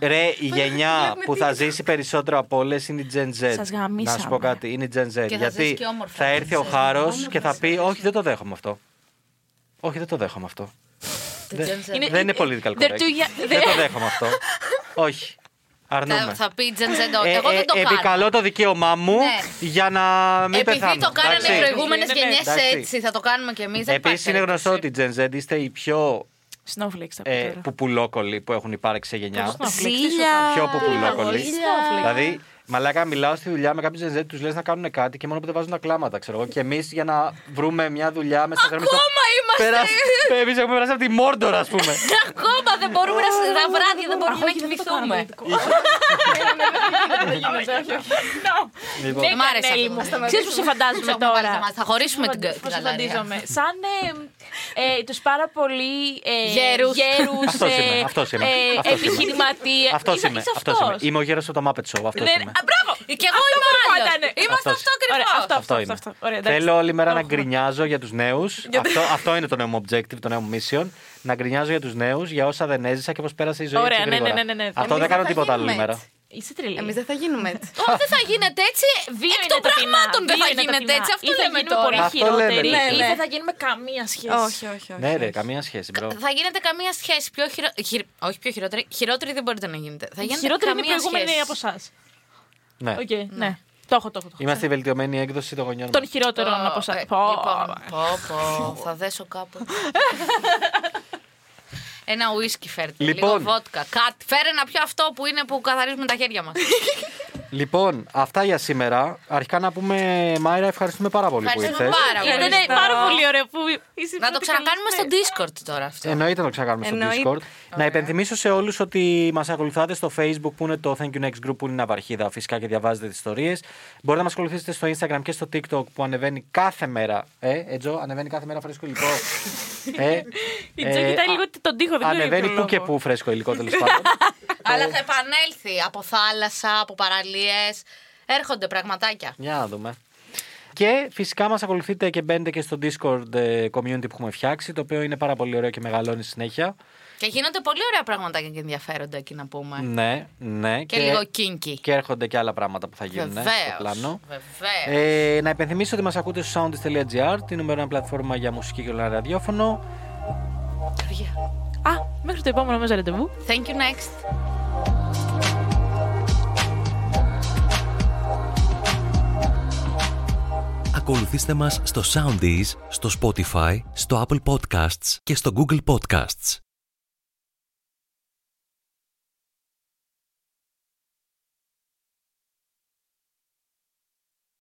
Speaker 5: Ρε, η γενιά
Speaker 6: βλέπουμε
Speaker 5: που θα ζήσει περισσότερο από όλες είναι η Gen Z.
Speaker 4: Σας
Speaker 5: Να
Speaker 4: γαμίσαμε.
Speaker 5: σου πω κάτι, είναι η Gen Z.
Speaker 3: θα ζεις
Speaker 5: Γιατί
Speaker 3: και όμορφα,
Speaker 5: θα έρθει
Speaker 3: Gen
Speaker 5: ο
Speaker 3: Z.
Speaker 5: χάρο
Speaker 3: Μόνο
Speaker 5: και
Speaker 3: που
Speaker 5: θα
Speaker 3: σε
Speaker 5: πει: Όχι, δεν το δέχομαι αυτό. Όχι, δεν το δέχομαι αυτό. Δεν,
Speaker 3: Gen Z.
Speaker 5: δεν είναι πολύ
Speaker 4: they're
Speaker 5: correct.
Speaker 4: too young-
Speaker 5: Δεν το
Speaker 4: they're-
Speaker 5: δέχομαι αυτό. Όχι.
Speaker 3: Θα,
Speaker 5: Αρνούμε.
Speaker 3: θα πει Gen Z,
Speaker 5: Ναι, Ε,
Speaker 3: εγώ
Speaker 5: ε,
Speaker 3: δεν το κάνω.
Speaker 5: Επικαλώ το δικαίωμά μου
Speaker 3: Ναι.
Speaker 5: για να μην πεθάνω.
Speaker 3: Επειδή το κάνανε οι
Speaker 5: Εντάξει.
Speaker 3: προηγούμενε
Speaker 4: Ναι, ναι, ναι.
Speaker 3: γενιές
Speaker 5: Εντάξει.
Speaker 3: έτσι, θα το κάνουμε κι εμείς.
Speaker 5: Επίση είναι γνωστό ότι οι Gen Z είστε οι πιο
Speaker 4: Snowflakes από
Speaker 5: ε,
Speaker 4: τώρα.
Speaker 5: πουλόκολλοι που έχουν υπάρξει σε γενιά.
Speaker 4: Πώς να
Speaker 3: Ζήλια.
Speaker 5: Πιο ποπουλόκολλοι.
Speaker 4: Ζήλια.
Speaker 5: Δηλαδή, μαλάκα, μιλάω στη δουλειά με κάποιους Gen Z, τους λες να κάνουν κάτι και μόνο που δεν βάζουν τα κλάματα, ξέρω εγώ. Και εμείς για να βρούμε μια δουλειά μέσα στο
Speaker 3: Ακόμα είμαστε.
Speaker 5: Εμείς έχουμε περάσει από τη Μόρντορα, ας πούμε.
Speaker 3: Ακόμα δεν μπορούμε να συ- τα βράδια, δεν μπορούμε να κοιμηθούμε. Ναι,
Speaker 5: Λοιπόν,
Speaker 4: Ναι,
Speaker 3: μ' άρεσε
Speaker 4: Κανέλη
Speaker 3: αυτό.
Speaker 4: μου.
Speaker 3: Θα σταματήσουμε.
Speaker 4: Ξέρεις που σε φαντάζομαι
Speaker 3: Έχουμε βάλει τα
Speaker 4: τώρα.
Speaker 3: μάτια. Θα χωρίσουμε την κα-
Speaker 4: Πώς
Speaker 3: την καλαρία.
Speaker 4: φαντίζομαι. Σαν ε, ε, τους πάρα πολύ ε,
Speaker 3: Γέρους.
Speaker 4: γέρους,
Speaker 5: Αυτός
Speaker 4: ε,
Speaker 5: είμαι, αυτός είμαι,
Speaker 4: ε,
Speaker 5: αυτός είμαι.
Speaker 4: επιχειρηματίες.
Speaker 5: αυτός
Speaker 4: Είσαι-
Speaker 5: είμαι.
Speaker 4: είσαι
Speaker 5: αυτός είμαι.
Speaker 4: αυτός.
Speaker 5: Είμαι ο γέρος από το Muppet Show. Αυτό
Speaker 4: Ναι,
Speaker 5: είμαι.
Speaker 4: α, Μπράβο!
Speaker 3: Και εγώ
Speaker 4: Αυτό
Speaker 3: είμαι
Speaker 4: μόνο
Speaker 3: άλλος.
Speaker 4: ήταν.
Speaker 3: Είμαστε
Speaker 5: Αυτός.
Speaker 3: αυτό
Speaker 4: Ωραία,
Speaker 3: ακριβώς.
Speaker 4: αυτό,
Speaker 5: Αυτό είναι.
Speaker 4: αυτό. Ωραία, εντάξει.
Speaker 5: Θέλω όλη μέρα
Speaker 4: Το
Speaker 5: να
Speaker 4: έχουμε.
Speaker 5: γκρινιάζω για τους νέους. αυτό, αυτό είναι το νέο μου objective, το νέο μου mission. Να γκρινιάζω για τους νέους, για όσα δεν έζησα και πώς πέρασε η ζωή
Speaker 4: Ωραία,
Speaker 5: έτσι
Speaker 4: ναι,
Speaker 5: γρήγορα.
Speaker 4: ναι, ναι, ναι, ναι.
Speaker 5: Αυτό
Speaker 4: Εμείς
Speaker 5: δεν κάνω
Speaker 6: θα
Speaker 5: τίποτα άλλο
Speaker 6: γίνουμε
Speaker 5: ημέρα.
Speaker 6: έτσι.
Speaker 4: Είσαι τρελή.
Speaker 6: Εμείς δεν θα γίνουμε έτσι.
Speaker 3: Όχι, δεν θα γίνεται έτσι.
Speaker 4: Δύο
Speaker 3: Εκ
Speaker 4: είναι
Speaker 3: των
Speaker 4: τα κοινά.
Speaker 3: πραγμάτων δεν
Speaker 4: Δύο
Speaker 3: θα
Speaker 4: είναι τα
Speaker 3: γίνεται
Speaker 4: κοινά.
Speaker 3: έτσι. Αυτό
Speaker 4: Ή θα
Speaker 3: λέμε
Speaker 4: γίνουμε
Speaker 3: τώρα.
Speaker 4: πολύ
Speaker 5: Αυτό λέμε,
Speaker 4: χειρότεροι,
Speaker 5: ναι,
Speaker 4: ή
Speaker 6: ναι.
Speaker 4: δεν θα γίνουμε καμία σχέση.
Speaker 6: Όχι, όχι, όχι.
Speaker 5: Ναι, ρε, καμία σχέση, μπρο.
Speaker 3: Θα γίνεται καμία σχέση πιο χειρο... χειρ- Όχι πιο χειρότερη. Χειρότερη δεν μπορείτε να γίνετε. Θα γίνεται
Speaker 4: Χειρότερη είναι η
Speaker 3: καμία
Speaker 4: προηγούμενη
Speaker 3: σχέση.
Speaker 4: από εσάς.
Speaker 5: Ναι.
Speaker 4: Οκ, ναι. Το έχω, το έχω. το έχω.
Speaker 5: Είμαστε η βελτιωμένη έκδοση των γονιών
Speaker 4: Των
Speaker 5: μας.
Speaker 4: χειρότερων από
Speaker 3: Ε,
Speaker 4: εσά.
Speaker 3: Λοιπόν, πω, πω, θα δέσω κάπου. Ένα ουίσκι φέρτε,
Speaker 5: Λοιπόν.
Speaker 3: λίγο βότκα, κάτι. Φέρε να πιω αυτό που είναι που καθαρίζουμε τα χέρια μας.
Speaker 5: Λοιπόν, αυτά για σήμερα. Αρχικά να πούμε, Μάιρα, ευχαριστούμε πάρα πολύ που
Speaker 3: Ευχαριστούμε
Speaker 5: ήρθες.
Speaker 3: πάρα πολύ.
Speaker 4: Ήταν ε, πάρα πολύ ωραίο που είσαι
Speaker 3: ε, Να το
Speaker 4: πρώτη
Speaker 3: ξανακάνουμε στο
Speaker 4: καλεσμένη.
Speaker 3: Discord τώρα αυτό.
Speaker 5: Εννοείται να το ξανακάνουμε στο
Speaker 6: Εννοείται.
Speaker 5: Discord. Να υπενθυμίσω σε όλους ότι μας ακολουθάτε στο Facebook που είναι το Thank you Next Group που είναι ναυαρχίδα φυσικά και διαβάζετε τις ιστορίες. Μπορείτε να μας ακολουθήσετε στο Instagram και στο TikTok που ανεβαίνει κάθε μέρα. Ε, Ετζο, ανεβαίνει κάθε μέρα φρέσκο υλικό. ε,
Speaker 4: Η Τζο κοιτάει λίγο τον τοίχο, δεν ξέρω για
Speaker 5: Ανεβαίνει
Speaker 4: ποιο
Speaker 5: που και
Speaker 4: λόγο.
Speaker 5: που φρέσκο υλικό τέλος πάντων.
Speaker 3: Αλλά θα επανέλθει από θάλασσα, από παραλίες. Έρχονται πραγματάκια.
Speaker 5: Για να δούμε. Και φυσικά μας ακολουθείτε και μπαίνετε και στο Discord ε, community που έχουμε φτιάξει, το οποίο είναι πάρα πολύ ωραίο και μεγαλώνει συνέχεια.
Speaker 3: Και γίνονται πολύ ωραία πραγματάκια και ενδιαφέροντα εκεί να πούμε.
Speaker 5: Ναι, ναι.
Speaker 3: Και λίγο kinky.
Speaker 5: Και έρχονται και άλλα πράγματα που θα γίνουν ε, στο
Speaker 3: Βεβαίως.
Speaker 5: πλάνο. Ε, να υπενθυμίσω ότι μας ακούτε στο soundist.gr, την νούμερο ένα πλατφόρμα για μουσική και online ραδιόφωνο.
Speaker 4: Α, μέχρι το επόμενο μέσα ραντεβού.
Speaker 3: Thank you next.
Speaker 1: Ακολουθήστε μας στο Soundees, στο Spotify, στο Apple Podcasts και στο Google Podcasts.